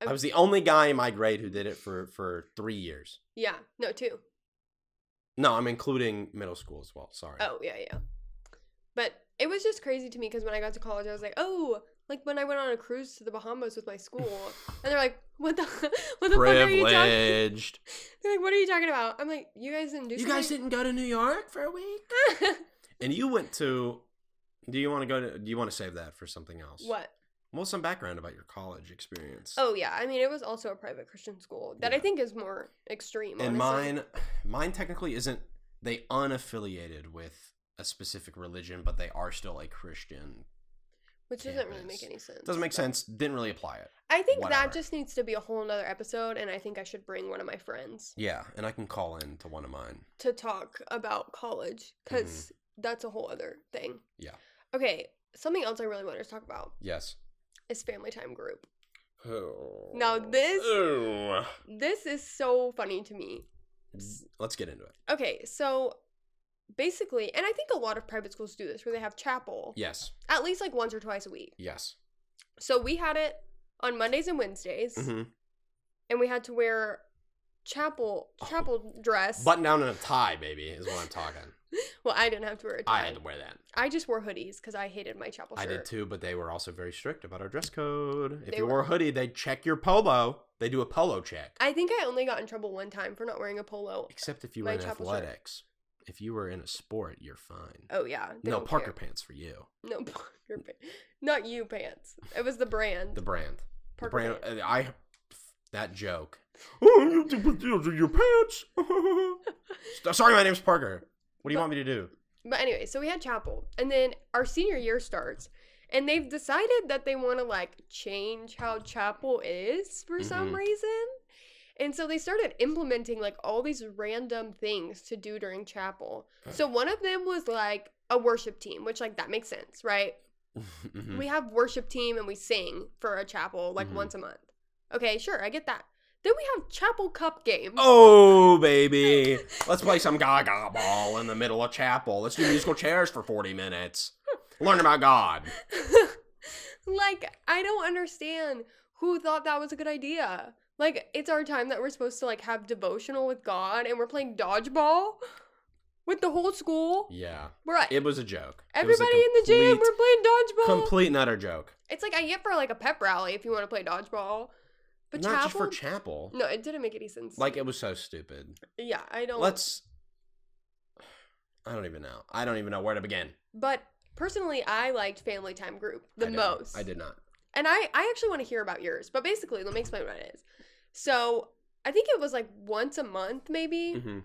[SPEAKER 1] I was the only guy in my grade who did it for for three years.
[SPEAKER 2] Yeah. No, two.
[SPEAKER 1] No, I'm including middle school as well. Sorry.
[SPEAKER 2] Oh, yeah, yeah. But it was just crazy to me cuz when I got to college I was like, "Oh, like when I went on a cruise to the Bahamas with my school." and they're like, "What the What the fuck are you talking?"
[SPEAKER 1] privileged.
[SPEAKER 2] They're like, "What are you talking about?" I'm like, "You guys didn't do
[SPEAKER 1] You guys didn't go to New York for a week,
[SPEAKER 2] didn't
[SPEAKER 1] and you went to. Do you want to go to? Do you want to save that for something else?
[SPEAKER 2] What?
[SPEAKER 1] Well, some background about your college experience.
[SPEAKER 2] Oh yeah, I mean it was also a private Christian school that I
[SPEAKER 1] Yeah.
[SPEAKER 2] think is more extreme.
[SPEAKER 1] and
[SPEAKER 2] honestly.
[SPEAKER 1] mine, mine technically isn't. They unaffiliated with a specific religion, but they are still a Christian.
[SPEAKER 2] which doesn't really
[SPEAKER 1] campus.
[SPEAKER 2] make any sense.
[SPEAKER 1] Doesn't make sense. Didn't really apply it.
[SPEAKER 2] I think that
[SPEAKER 1] whatever.
[SPEAKER 2] just needs to be a whole nother episode, and I think I should bring one of my friends
[SPEAKER 1] Yeah, and I can call in to one of mine.
[SPEAKER 2] to talk about college because that's a whole other thing.
[SPEAKER 1] Mm-hmm. Yeah.
[SPEAKER 2] Okay, something else I really wanted to talk about
[SPEAKER 1] Yes.
[SPEAKER 2] is family time group. Now this-
[SPEAKER 1] Ooh.
[SPEAKER 2] This is so funny to me.
[SPEAKER 1] Let's get into it.
[SPEAKER 2] Okay, so basically, and I think a lot of private schools do this where they have chapel
[SPEAKER 1] Yes.
[SPEAKER 2] at least like once or twice a week.
[SPEAKER 1] Yes.
[SPEAKER 2] So we had it on Mondays and Wednesdays.
[SPEAKER 1] hmm
[SPEAKER 2] and we had to wear chapel
[SPEAKER 1] Oh.
[SPEAKER 2] chapel dress.
[SPEAKER 1] Button down and a tie, baby, is what I'm talking.
[SPEAKER 2] well, I didn't have to wear a tie.
[SPEAKER 1] I had to wear that.
[SPEAKER 2] I just wore hoodies because I hated my chapel
[SPEAKER 1] I
[SPEAKER 2] shirt.
[SPEAKER 1] did too, but they were also very strict about our dress code. If
[SPEAKER 2] They
[SPEAKER 1] you
[SPEAKER 2] were.
[SPEAKER 1] wore a hoodie, they check your polo. They do a polo check.
[SPEAKER 2] I think I only got in trouble one time for not wearing a polo.
[SPEAKER 1] Except if you
[SPEAKER 2] My
[SPEAKER 1] were in
[SPEAKER 2] chapel shirt.
[SPEAKER 1] athletics. If you were in a sport, you're fine.
[SPEAKER 2] Oh yeah, they
[SPEAKER 1] no
[SPEAKER 2] don't
[SPEAKER 1] Parker
[SPEAKER 2] care.
[SPEAKER 1] pants for you.
[SPEAKER 2] No Parker pants. Not you pants. It was the brand.
[SPEAKER 1] The brand. the
[SPEAKER 2] Parker
[SPEAKER 1] brand.
[SPEAKER 2] pants.
[SPEAKER 1] I That joke. Oh, you have to put those in your pants. S- Sorry, my name's Parker. What do you want me to do?
[SPEAKER 2] But anyway, so we had chapel, and then our senior year starts, and they've decided that they want to like change how chapel is for some
[SPEAKER 1] Mhm.
[SPEAKER 2] reason. And so they started implementing like all these random things to do during chapel. So one of them was like a worship team, which like that makes sense, right?
[SPEAKER 1] Mhm.
[SPEAKER 2] We have worship team and we sing for a chapel like
[SPEAKER 1] Mhm.
[SPEAKER 2] once a month. Okay, sure, I get that. Then we have chapel cup games.
[SPEAKER 1] Oh baby, let's play some Gaga ball in the middle of chapel. Let's do musical chairs for forty minutes. Learn about God.
[SPEAKER 2] like I don't understand who thought that was a good idea. Like it's our time that we're supposed to like have devotional with God and we're playing dodgeball with the whole school.
[SPEAKER 1] Yeah,
[SPEAKER 2] We're like,
[SPEAKER 1] it was a joke. It was a
[SPEAKER 2] everybody in the gym,
[SPEAKER 1] complete-
[SPEAKER 2] we're playing dodgeball.
[SPEAKER 1] complete and utter joke.
[SPEAKER 2] it's like I get for like a pep rally if you want to play dodgeball. But
[SPEAKER 1] Not
[SPEAKER 2] chapel
[SPEAKER 1] just for chapel.
[SPEAKER 2] No, it didn't make any sense.
[SPEAKER 1] Like it was so stupid.
[SPEAKER 2] yeah, I don't
[SPEAKER 1] Let's. I don't even know. I don't even know where to begin.
[SPEAKER 2] but personally I liked family time group the
[SPEAKER 1] I didn't.
[SPEAKER 2] most.
[SPEAKER 1] I did not.
[SPEAKER 2] and I, I actually want to hear about yours, but basically, let me explain what it is. So I think it was like once a month, maybe
[SPEAKER 1] Mhm.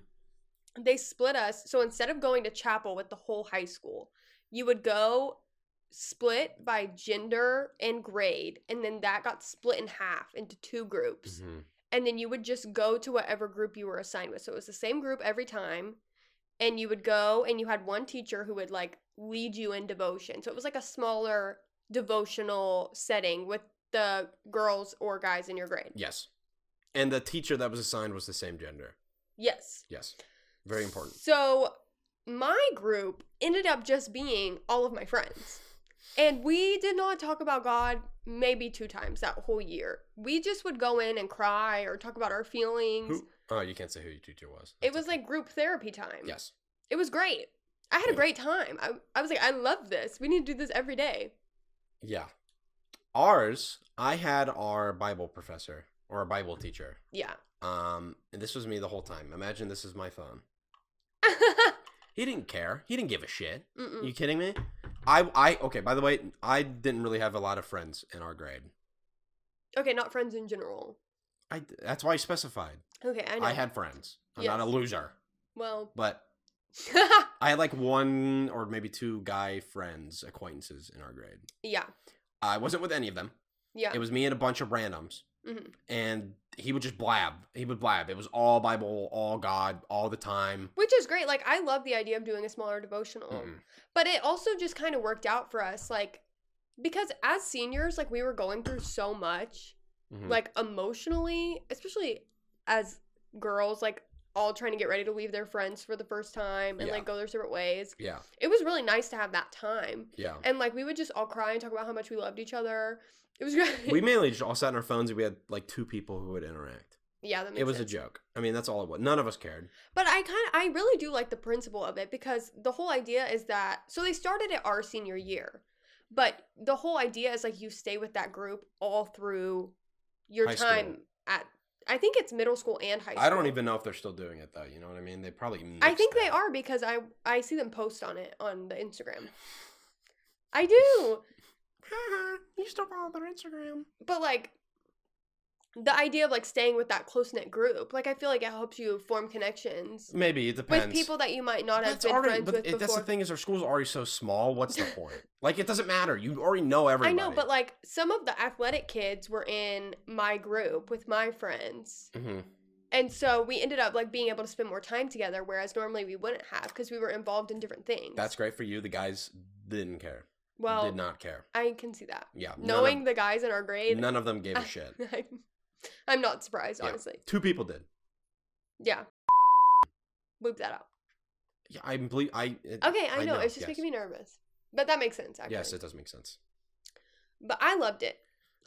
[SPEAKER 2] they split us. So instead of going to chapel with the whole high school, you would go split by gender and grade, and then that got split in half into two groups,
[SPEAKER 1] Mhm.
[SPEAKER 2] and then you would just go to whatever group you were assigned with. So it was the same group every time. And you would go, and you had one teacher who would like lead you in devotion. So it was like a smaller devotional setting with the girls or guys in your grade.
[SPEAKER 1] Yes. And the teacher that was assigned was the same gender.
[SPEAKER 2] Yes.
[SPEAKER 1] Yes. Very important.
[SPEAKER 2] So my group ended up just being all of my friends. And we did not talk about God maybe two times that whole year. We just would go in and cry or talk about our feelings.
[SPEAKER 1] Who? Oh, you can't say who your teacher was.
[SPEAKER 2] It was
[SPEAKER 1] That's
[SPEAKER 2] like group therapy time.
[SPEAKER 1] okay. yes.
[SPEAKER 2] It was great. I had a
[SPEAKER 1] Yeah.
[SPEAKER 2] great time. I, I was like, I love this. We need to do this every day.
[SPEAKER 1] Yeah. Ours, I had our Bible professor or a Bible teacher.
[SPEAKER 2] Yeah.
[SPEAKER 1] Um, and this was me the whole time. Imagine this is my phone. He didn't care. He didn't give a shit.
[SPEAKER 2] Mm-mm.
[SPEAKER 1] you kidding me? I I okay, by the way, I didn't really have a lot of friends in our grade.
[SPEAKER 2] okay, not friends in general.
[SPEAKER 1] I that's why I specified.
[SPEAKER 2] Okay, I know.
[SPEAKER 1] I, had friends. I'm not a
[SPEAKER 2] Yes.
[SPEAKER 1] loser.
[SPEAKER 2] well,
[SPEAKER 1] But I had like one or maybe two guy friends, acquaintances in our grade.
[SPEAKER 2] yeah.
[SPEAKER 1] I wasn't with any of them.
[SPEAKER 2] Yeah.
[SPEAKER 1] It was me and a bunch of randoms.
[SPEAKER 2] Mhm.
[SPEAKER 1] And he would just blab. He would blab. It was all Bible, all God, all the time.
[SPEAKER 2] Which is great. Like, I love the idea of doing a smaller devotional.
[SPEAKER 1] Mm-mm.
[SPEAKER 2] but it also just kind of worked out for us like because as seniors like we were going through so much
[SPEAKER 1] Mhm.
[SPEAKER 2] like emotionally especially as girls like all trying to get ready to leave their friends for the first time and
[SPEAKER 1] Yeah.
[SPEAKER 2] like go their separate ways
[SPEAKER 1] yeah,
[SPEAKER 2] it was really nice to have that time
[SPEAKER 1] yeah.
[SPEAKER 2] and like we would just all cry and talk about how much we loved each other it was great
[SPEAKER 1] we mainly just all sat on our phones and we had like two people who would interact.
[SPEAKER 2] yeah that makes
[SPEAKER 1] It was
[SPEAKER 2] sense.
[SPEAKER 1] a joke. I mean, that's all it was. None of us cared.
[SPEAKER 2] But I kind of, I really do like the principle of it because the whole idea is that, so they started at our senior year, but the whole idea is like you stay with that group all through your
[SPEAKER 1] High school.
[SPEAKER 2] time at, I think it's middle school and high school.
[SPEAKER 1] I don't even know if they're still doing it though. You know what I mean? They probably.
[SPEAKER 2] I
[SPEAKER 1] nixed
[SPEAKER 2] think they
[SPEAKER 1] that.
[SPEAKER 2] are because I, I see them post on it on the Instagram. I do. Mm-hmm.
[SPEAKER 1] you still follow their Instagram?
[SPEAKER 2] But like, the idea of like staying with that close knit group, like I feel like it helps you form connections
[SPEAKER 1] Maybe it depends.
[SPEAKER 2] with people that you might not have
[SPEAKER 1] That's
[SPEAKER 2] been
[SPEAKER 1] already,
[SPEAKER 2] friends
[SPEAKER 1] but
[SPEAKER 2] with
[SPEAKER 1] it-
[SPEAKER 2] before.
[SPEAKER 1] that's the thing is our school's already so small. What's the point? like it doesn't matter. You already know everybody.
[SPEAKER 2] I know, but like some of the athletic kids were in my group with my friends.
[SPEAKER 1] hmm
[SPEAKER 2] And so we ended up like being able to spend more time together, whereas normally we wouldn't have because we were involved in different things.
[SPEAKER 1] that's great for you. The guys didn't care.
[SPEAKER 2] well,
[SPEAKER 1] did not care.
[SPEAKER 2] I can see that.
[SPEAKER 1] Yeah,
[SPEAKER 2] Knowing the guys in our
[SPEAKER 1] none
[SPEAKER 2] grade,
[SPEAKER 1] of, none of them gave a shit.
[SPEAKER 2] I'm, I'm not surprised,
[SPEAKER 1] Yeah.
[SPEAKER 2] honestly.
[SPEAKER 1] Two people did.
[SPEAKER 2] Yeah. Boop that out.
[SPEAKER 1] Yeah, I believe I. It,
[SPEAKER 2] Okay, I, know. It's just
[SPEAKER 1] yes.
[SPEAKER 2] making me nervous. But that makes sense, actually.
[SPEAKER 1] Yes, it does make sense.
[SPEAKER 2] But I loved it.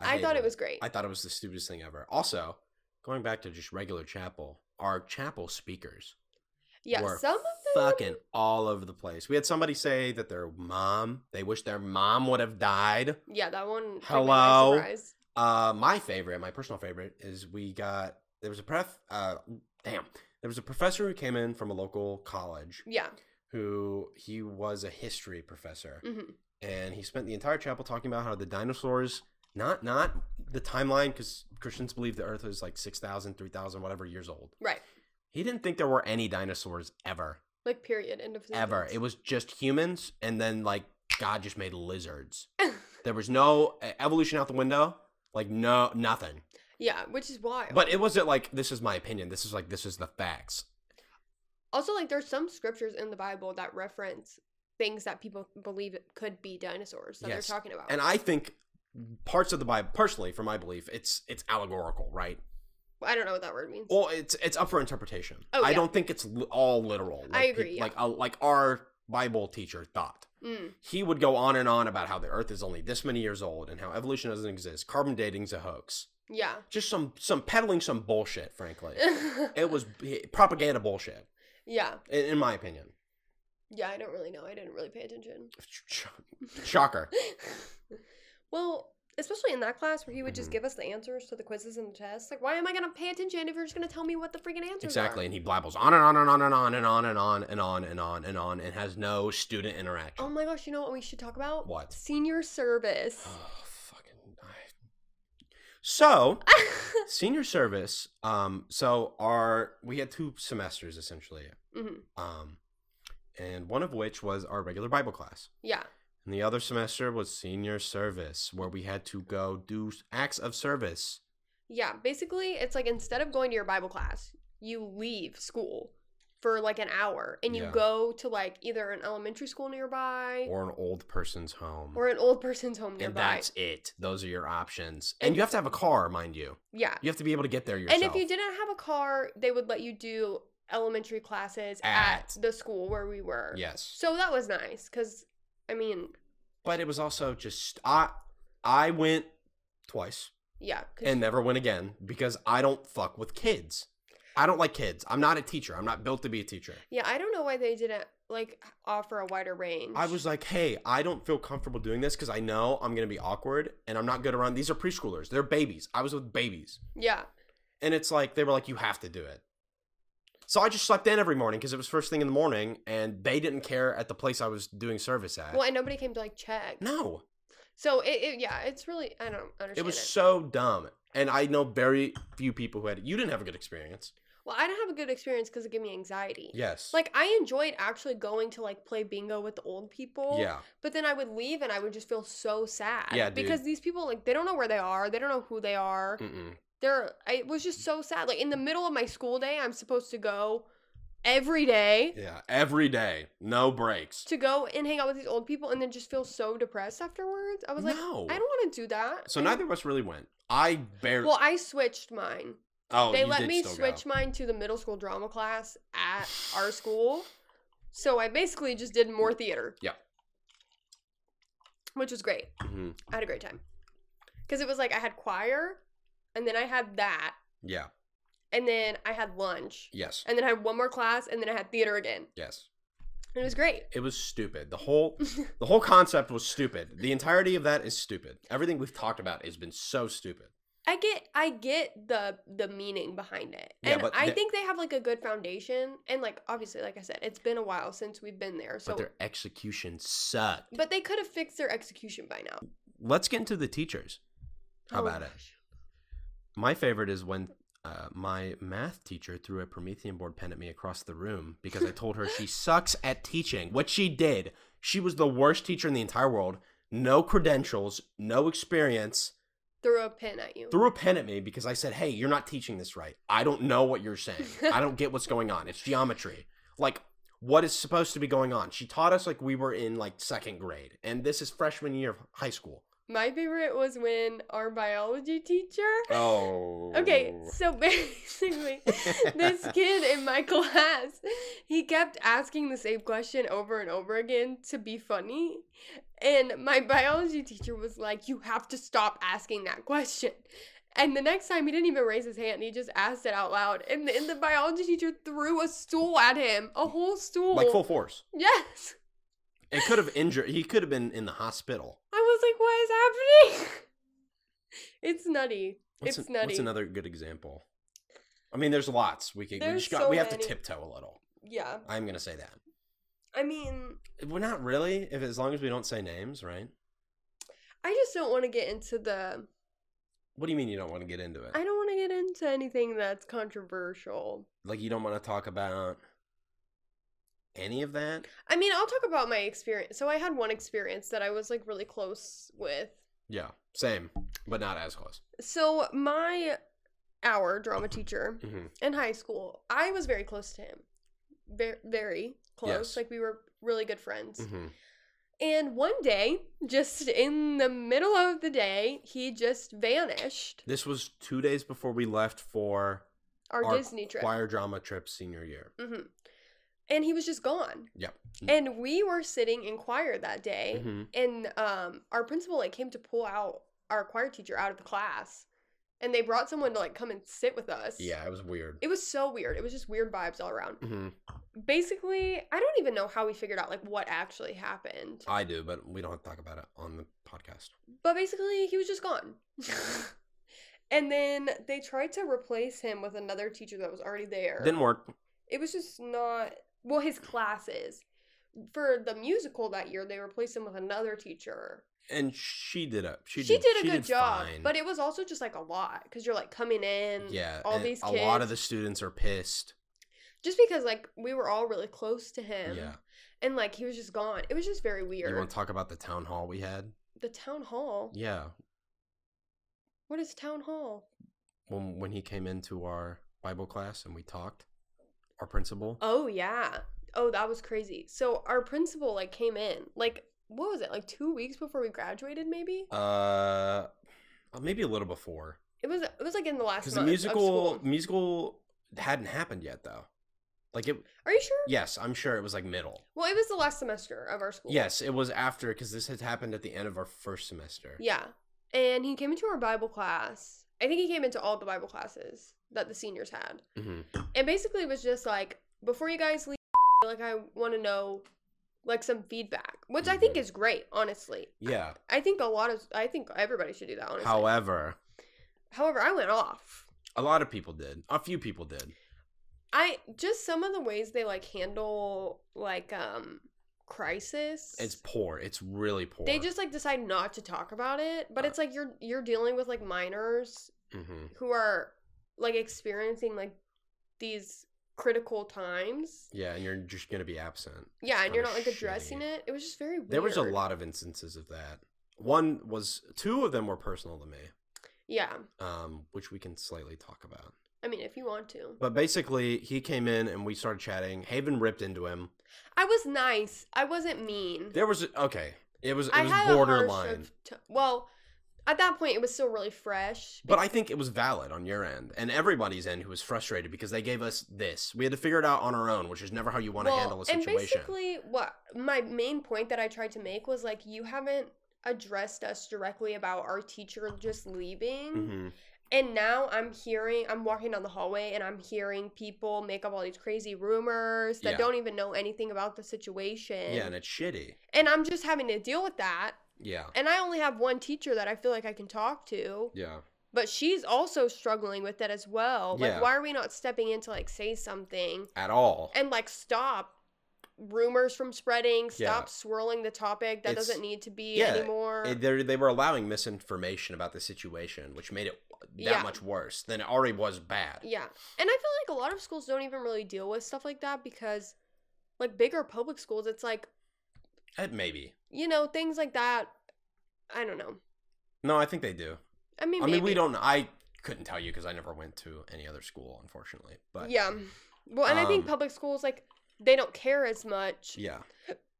[SPEAKER 2] I,
[SPEAKER 1] hated
[SPEAKER 2] thought it was great.
[SPEAKER 1] I thought it was the stupidest thing ever. Also, going back to just regular chapel, our chapel speakers
[SPEAKER 2] yeah,
[SPEAKER 1] were
[SPEAKER 2] some of them.
[SPEAKER 1] fucking all over the place. We had somebody say that their mom, they wish their mom would have died.
[SPEAKER 2] Yeah, that one. took me by
[SPEAKER 1] Hello?
[SPEAKER 2] surprise.
[SPEAKER 1] Uh, my favorite, my personal favorite, is we got there was a pref. Uh, damn, there was a professor who came in from a local college
[SPEAKER 2] Yeah.
[SPEAKER 1] who he was a history professor,
[SPEAKER 2] mhm.
[SPEAKER 1] and he spent the entire chapel talking about how the dinosaurs Not not the timeline because Christians believe the Earth is like 6,000, 3,000, whatever years old.
[SPEAKER 2] Right.
[SPEAKER 1] He didn't think there were any dinosaurs ever,
[SPEAKER 2] Like period. End of sentence.
[SPEAKER 1] ever. It was just humans, and then like God just made lizards. there was no uh, evolution out the window. Like no nothing.
[SPEAKER 2] yeah, which is wild.
[SPEAKER 1] But it wasn't like this is my opinion. This is like this is the facts.
[SPEAKER 2] also, like there's some scriptures in the Bible that reference things that people believe it could be dinosaurs that
[SPEAKER 1] Yes.
[SPEAKER 2] they're talking about.
[SPEAKER 1] And I think parts of the Bible, personally, for my belief, it's it's allegorical, right?
[SPEAKER 2] I don't know what that word means.
[SPEAKER 1] Well, it's it's up for interpretation.
[SPEAKER 2] Oh,
[SPEAKER 1] I
[SPEAKER 2] yeah.
[SPEAKER 1] don't think it's li- all literal. Like
[SPEAKER 2] agree,
[SPEAKER 1] peop-
[SPEAKER 2] yeah.
[SPEAKER 1] Like uh, like our Bible teacher thought.
[SPEAKER 2] Mm,
[SPEAKER 1] He would go on and on about how the Earth is only this many years old and how evolution doesn't exist. Carbon dating's a hoax.
[SPEAKER 2] yeah.
[SPEAKER 1] Just some some peddling some bullshit. Frankly, it was b- propaganda bullshit,
[SPEAKER 2] yeah.
[SPEAKER 1] in, in my opinion.
[SPEAKER 2] Yeah, I don't really know. I didn't really pay attention.
[SPEAKER 1] Sh- Shocker.
[SPEAKER 2] well, especially in that class where he would just
[SPEAKER 1] Mhm.
[SPEAKER 2] give us the answers to the quizzes and the tests. Like, why am I going to pay attention if you're just going to tell me what the freaking answers
[SPEAKER 1] Exactly,
[SPEAKER 2] are?
[SPEAKER 1] and he blabbles on and on and on and on and on and on and on and on and on and has no student interaction.
[SPEAKER 2] Oh my gosh, you know what we should talk about?
[SPEAKER 1] What?
[SPEAKER 2] Senior service.
[SPEAKER 1] Oh, fucking. I- So, senior service. Um, so our we had two semesters essentially.
[SPEAKER 2] Mhm.
[SPEAKER 1] Um, and one of which was our regular Bible class,
[SPEAKER 2] Yeah.
[SPEAKER 1] and the other semester was senior service, where we had to go do acts of service.
[SPEAKER 2] Yeah. Basically, it's like instead of going to your Bible class, you leave school for like an hour and you
[SPEAKER 1] Yeah.
[SPEAKER 2] go to like either an elementary school nearby or,
[SPEAKER 1] Or an old person's home.
[SPEAKER 2] an old person's home
[SPEAKER 1] and
[SPEAKER 2] nearby.
[SPEAKER 1] that's it. Those are your options. And you have to have a car, mind you.
[SPEAKER 2] yeah.
[SPEAKER 1] You have to be able to get there yourself.
[SPEAKER 2] And if you didn't have a car, they would let you do elementary classes at,
[SPEAKER 1] At.
[SPEAKER 2] the school where we were.
[SPEAKER 1] Yes.
[SPEAKER 2] So that was nice because, I mean,
[SPEAKER 1] But it was also just I I went twice
[SPEAKER 2] yeah. 'cause-
[SPEAKER 1] and never went again because I don't fuck with kids. I don't like kids. I'm not a teacher. I'm not built to be a teacher.
[SPEAKER 2] yeah, I don't know why they didn't like offer a wider range.
[SPEAKER 1] I was like, "Hey, I don't feel comfortable doing this because I know I'm going to be awkward and I'm not good around these are preschoolers. They're babies. I was with babies."
[SPEAKER 2] yeah,
[SPEAKER 1] And it's like they were like, "You have to do it." So I just slept in every morning because it was first thing in the morning and they didn't care at the place I was doing service at.
[SPEAKER 2] well, and nobody came to like check.
[SPEAKER 1] No.
[SPEAKER 2] So it, it yeah, it's really I don't understand
[SPEAKER 1] It
[SPEAKER 2] it.
[SPEAKER 1] was so dumb. And I know very few people who had it. You didn't have a good experience.
[SPEAKER 2] well, I didn't have a good experience because it gave me anxiety.
[SPEAKER 1] Yes.
[SPEAKER 2] Like I enjoyed actually going to like play bingo with the old people.
[SPEAKER 1] yeah.
[SPEAKER 2] But then I would leave and I would just feel so sad.
[SPEAKER 1] Yeah, dude.
[SPEAKER 2] Because these people like they don't know where they are. They don't know who they are.
[SPEAKER 1] Mm-mm.
[SPEAKER 2] There I it was just so sad. Like in the middle of my school day, I'm supposed to go every day
[SPEAKER 1] Yeah. Every day, no breaks.
[SPEAKER 2] to go and hang out with these old people and then just feel so depressed afterwards. I was like,
[SPEAKER 1] no.
[SPEAKER 2] I don't want to do that.
[SPEAKER 1] so
[SPEAKER 2] I-
[SPEAKER 1] neither of us really went. I barely.
[SPEAKER 2] Well, I switched mine.
[SPEAKER 1] oh,
[SPEAKER 2] they
[SPEAKER 1] you
[SPEAKER 2] let
[SPEAKER 1] did
[SPEAKER 2] me
[SPEAKER 1] still
[SPEAKER 2] switch
[SPEAKER 1] Go.
[SPEAKER 2] mine to the middle school drama class at our school. So I basically just did more theater.
[SPEAKER 1] Yeah.
[SPEAKER 2] Which was great.
[SPEAKER 1] Mhm.
[SPEAKER 2] I had a great time. Cuz it was like I had choir and then I had that
[SPEAKER 1] Yeah.
[SPEAKER 2] and then I had lunch
[SPEAKER 1] Yes.
[SPEAKER 2] and then I had one more class and then I had theater again.
[SPEAKER 1] Yes.
[SPEAKER 2] It was great.
[SPEAKER 1] It was stupid. The whole the whole concept was stupid. The entirety of that is stupid. Everything we've talked about has been so stupid.
[SPEAKER 2] I get I get the the meaning behind it.
[SPEAKER 1] Yeah,
[SPEAKER 2] and
[SPEAKER 1] but
[SPEAKER 2] I
[SPEAKER 1] the-
[SPEAKER 2] think they have like a good foundation and like obviously like I said it's been a while since we've been there. So
[SPEAKER 1] but their execution sucked.
[SPEAKER 2] but they could have fixed their execution by now.
[SPEAKER 1] Let's get into the teachers. How
[SPEAKER 2] Oh.
[SPEAKER 1] about it? My favorite is when uh, my math teacher threw a Promethean board pen at me across the room because I told her she sucks at teaching. What she did, she was the worst teacher in the entire world. No credentials, no experience.
[SPEAKER 2] Throw a pin at you.
[SPEAKER 1] Threw a pen at me because I said, "Hey, you're not teaching this right. I don't know what you're saying. I don't get what's going on. It's geometry. Like, what is supposed to be going on?" She taught us like we were in like second grade, and this is freshman year of high school.
[SPEAKER 2] My favorite was when our biology teacher.
[SPEAKER 1] Oh.
[SPEAKER 2] Okay, so basically, this kid in my class, he kept asking the same question over and over again to be funny. And my biology teacher was like, You have to stop asking that question. And the next time he didn't even raise his hand, he just asked it out loud. And then the biology teacher threw a stool at him, a whole stool.
[SPEAKER 1] like full force.
[SPEAKER 2] yes.
[SPEAKER 1] It could have injured. He could have been in the hospital.
[SPEAKER 2] I was like, What is happening? it's nutty.
[SPEAKER 1] What's
[SPEAKER 2] it's
[SPEAKER 1] an-
[SPEAKER 2] nutty.
[SPEAKER 1] What's another good example? I mean, there's lots. We could. We,
[SPEAKER 2] There's
[SPEAKER 1] just got,
[SPEAKER 2] so
[SPEAKER 1] we have
[SPEAKER 2] many.
[SPEAKER 1] to tiptoe a little.
[SPEAKER 2] yeah.
[SPEAKER 1] I'm gonna say that.
[SPEAKER 2] I mean,
[SPEAKER 1] We're not really. If as long as we don't say names, right?
[SPEAKER 2] I just don't want to get into the.
[SPEAKER 1] What do you mean you don't want to get into it?
[SPEAKER 2] I don't want to get into anything that's controversial.
[SPEAKER 1] like you don't want to talk about any of that?
[SPEAKER 2] I mean, I'll talk about my experience. So I had one experience that I was like really close with.
[SPEAKER 1] Yeah, same, but not as close.
[SPEAKER 2] So my our drama teacher
[SPEAKER 1] hmm
[SPEAKER 2] in high school, I was very close to him. Very, very close.
[SPEAKER 1] Yes.
[SPEAKER 2] Like we were really good friends.
[SPEAKER 1] hmm
[SPEAKER 2] And one day, just in the middle of the day, he just vanished.
[SPEAKER 1] This was two days before we left for
[SPEAKER 2] Our,
[SPEAKER 1] our
[SPEAKER 2] Disney trip.
[SPEAKER 1] choir drama trip senior year.
[SPEAKER 2] hmm And he was just gone.
[SPEAKER 1] Yep.
[SPEAKER 2] And we were sitting in choir that day.
[SPEAKER 1] hmm
[SPEAKER 2] and um our principal like came to pull out our choir teacher out of the class and they brought someone to like come and sit with us
[SPEAKER 1] Yeah, it was weird.
[SPEAKER 2] it was so weird it was just weird vibes all around
[SPEAKER 1] hmm
[SPEAKER 2] basically i don't even know how we figured out like what actually happened
[SPEAKER 1] I do, but we don't have to talk about it on the podcast.
[SPEAKER 2] but basically he was just gone and then they tried to replace him with another teacher that was already there
[SPEAKER 1] Didn't work.
[SPEAKER 2] it was just not well his classes for the musical that year they replaced him with another teacher
[SPEAKER 1] And she did a she,
[SPEAKER 2] she, did a
[SPEAKER 1] she
[SPEAKER 2] good job,
[SPEAKER 1] fine.
[SPEAKER 2] but it was also just like a lot because you're like coming in,
[SPEAKER 1] yeah,
[SPEAKER 2] all
[SPEAKER 1] and
[SPEAKER 2] these
[SPEAKER 1] a lot of the
[SPEAKER 2] kids-
[SPEAKER 1] students are pissed.
[SPEAKER 2] Just because like we were all really close to him,
[SPEAKER 1] Yeah,
[SPEAKER 2] and like he was just gone. It was just very
[SPEAKER 1] you
[SPEAKER 2] weird.
[SPEAKER 1] want to talk about the town hall we had?
[SPEAKER 2] the town hall.
[SPEAKER 1] Yeah,
[SPEAKER 2] What is town hall?
[SPEAKER 1] when when he came into our Bible class and we talked, our principal.
[SPEAKER 2] Oh yeah. Oh, that was crazy. So our principal like came in like what was it like two weeks before we graduated? Maybe
[SPEAKER 1] Uh, maybe a little before
[SPEAKER 2] it was. It was like in the last
[SPEAKER 1] because
[SPEAKER 2] month
[SPEAKER 1] the
[SPEAKER 2] musical.
[SPEAKER 1] musical musical hadn't happened yet though. Like it,
[SPEAKER 2] Are you sure?
[SPEAKER 1] yes, I'm sure it was like middle.
[SPEAKER 2] Well, it was the last semester of our school.
[SPEAKER 1] Yes, it was after because this had happened at the end of our first semester.
[SPEAKER 2] Yeah. And he came into our Bible class. I think he came into all the Bible classes that the seniors had.
[SPEAKER 1] Mhm.
[SPEAKER 2] And basically was just like, before you guys leave, like I want to know like some feedback, which I think
[SPEAKER 1] Mhm.
[SPEAKER 2] is great, honestly.
[SPEAKER 1] Yeah.
[SPEAKER 2] I think a lot of I think everybody should do that, honestly.
[SPEAKER 1] However,
[SPEAKER 2] However, I went off.
[SPEAKER 1] a lot of people did. A few people did.
[SPEAKER 2] I just some of the ways they like handle like um crisis.
[SPEAKER 1] It's poor. It's really poor.
[SPEAKER 2] they just like decide not to talk about it, but
[SPEAKER 1] Uh.
[SPEAKER 2] it's like you're you're dealing with like minors
[SPEAKER 1] hmm
[SPEAKER 2] who are like experiencing like these critical times.
[SPEAKER 1] Yeah, and you're just gonna be absent.
[SPEAKER 2] Yeah, and you're not like
[SPEAKER 1] kinda
[SPEAKER 2] addressing
[SPEAKER 1] shitty.
[SPEAKER 2] it. It was just very weird.
[SPEAKER 1] There was a lot of instances of that. One was two of them were personal to me,
[SPEAKER 2] Yeah.
[SPEAKER 1] um, which we can slightly talk about.
[SPEAKER 2] I mean, if you want to.
[SPEAKER 1] But basically, he came in and we started chatting. Haven ripped into him.
[SPEAKER 2] I was nice. I wasn't mean.
[SPEAKER 1] There was okay. It was it
[SPEAKER 2] I
[SPEAKER 1] was
[SPEAKER 2] had a harsh
[SPEAKER 1] borderline,
[SPEAKER 2] of t- well, at that point it was still really fresh.
[SPEAKER 1] but I think it was valid on your end and everybody's end who was frustrated because they gave us this. We had to figure it out on our own, which is never how you want to
[SPEAKER 2] well,
[SPEAKER 1] handle a
[SPEAKER 2] and
[SPEAKER 1] situation.
[SPEAKER 2] basically what my main point that I tried to make was like you haven't addressed us directly about our teacher just leaving.
[SPEAKER 1] hmm
[SPEAKER 2] And now I'm hearing, I'm walking down the hallway and I'm hearing people make up all these crazy rumors that
[SPEAKER 1] Yeah.
[SPEAKER 2] don't even know anything about the situation.
[SPEAKER 1] Yeah, and it's shitty.
[SPEAKER 2] and I'm just having to deal with that.
[SPEAKER 1] Yeah,
[SPEAKER 2] And I only have one teacher that I feel like I can talk to,
[SPEAKER 1] yeah.
[SPEAKER 2] but she's also struggling with that as well. Like,
[SPEAKER 1] Yeah.
[SPEAKER 2] why are we not stepping in to like say something
[SPEAKER 1] At all.
[SPEAKER 2] and like stop rumors from spreading,
[SPEAKER 1] Yeah.
[SPEAKER 2] stop swirling the topic that
[SPEAKER 1] It's-
[SPEAKER 2] doesn't need to be
[SPEAKER 1] yeah,
[SPEAKER 2] anymore?
[SPEAKER 1] It- they they were allowing misinformation about the situation, which made it that
[SPEAKER 2] Yeah.
[SPEAKER 1] much worse than it already was bad.
[SPEAKER 2] Yeah. And I feel like a lot of schools don't even really deal with stuff like that because like bigger public schools it's like,
[SPEAKER 1] Eh, Maybe.
[SPEAKER 2] you know, things like that I don't know.
[SPEAKER 1] No, I think they do.
[SPEAKER 2] I mean,
[SPEAKER 1] I mean, we
[SPEAKER 2] maybe.
[SPEAKER 1] don't. I couldn't tell you because I never went to any other school, unfortunately. But
[SPEAKER 2] Yeah. Well, and I think
[SPEAKER 1] Um,
[SPEAKER 2] public schools like they don't care as much.
[SPEAKER 1] yeah,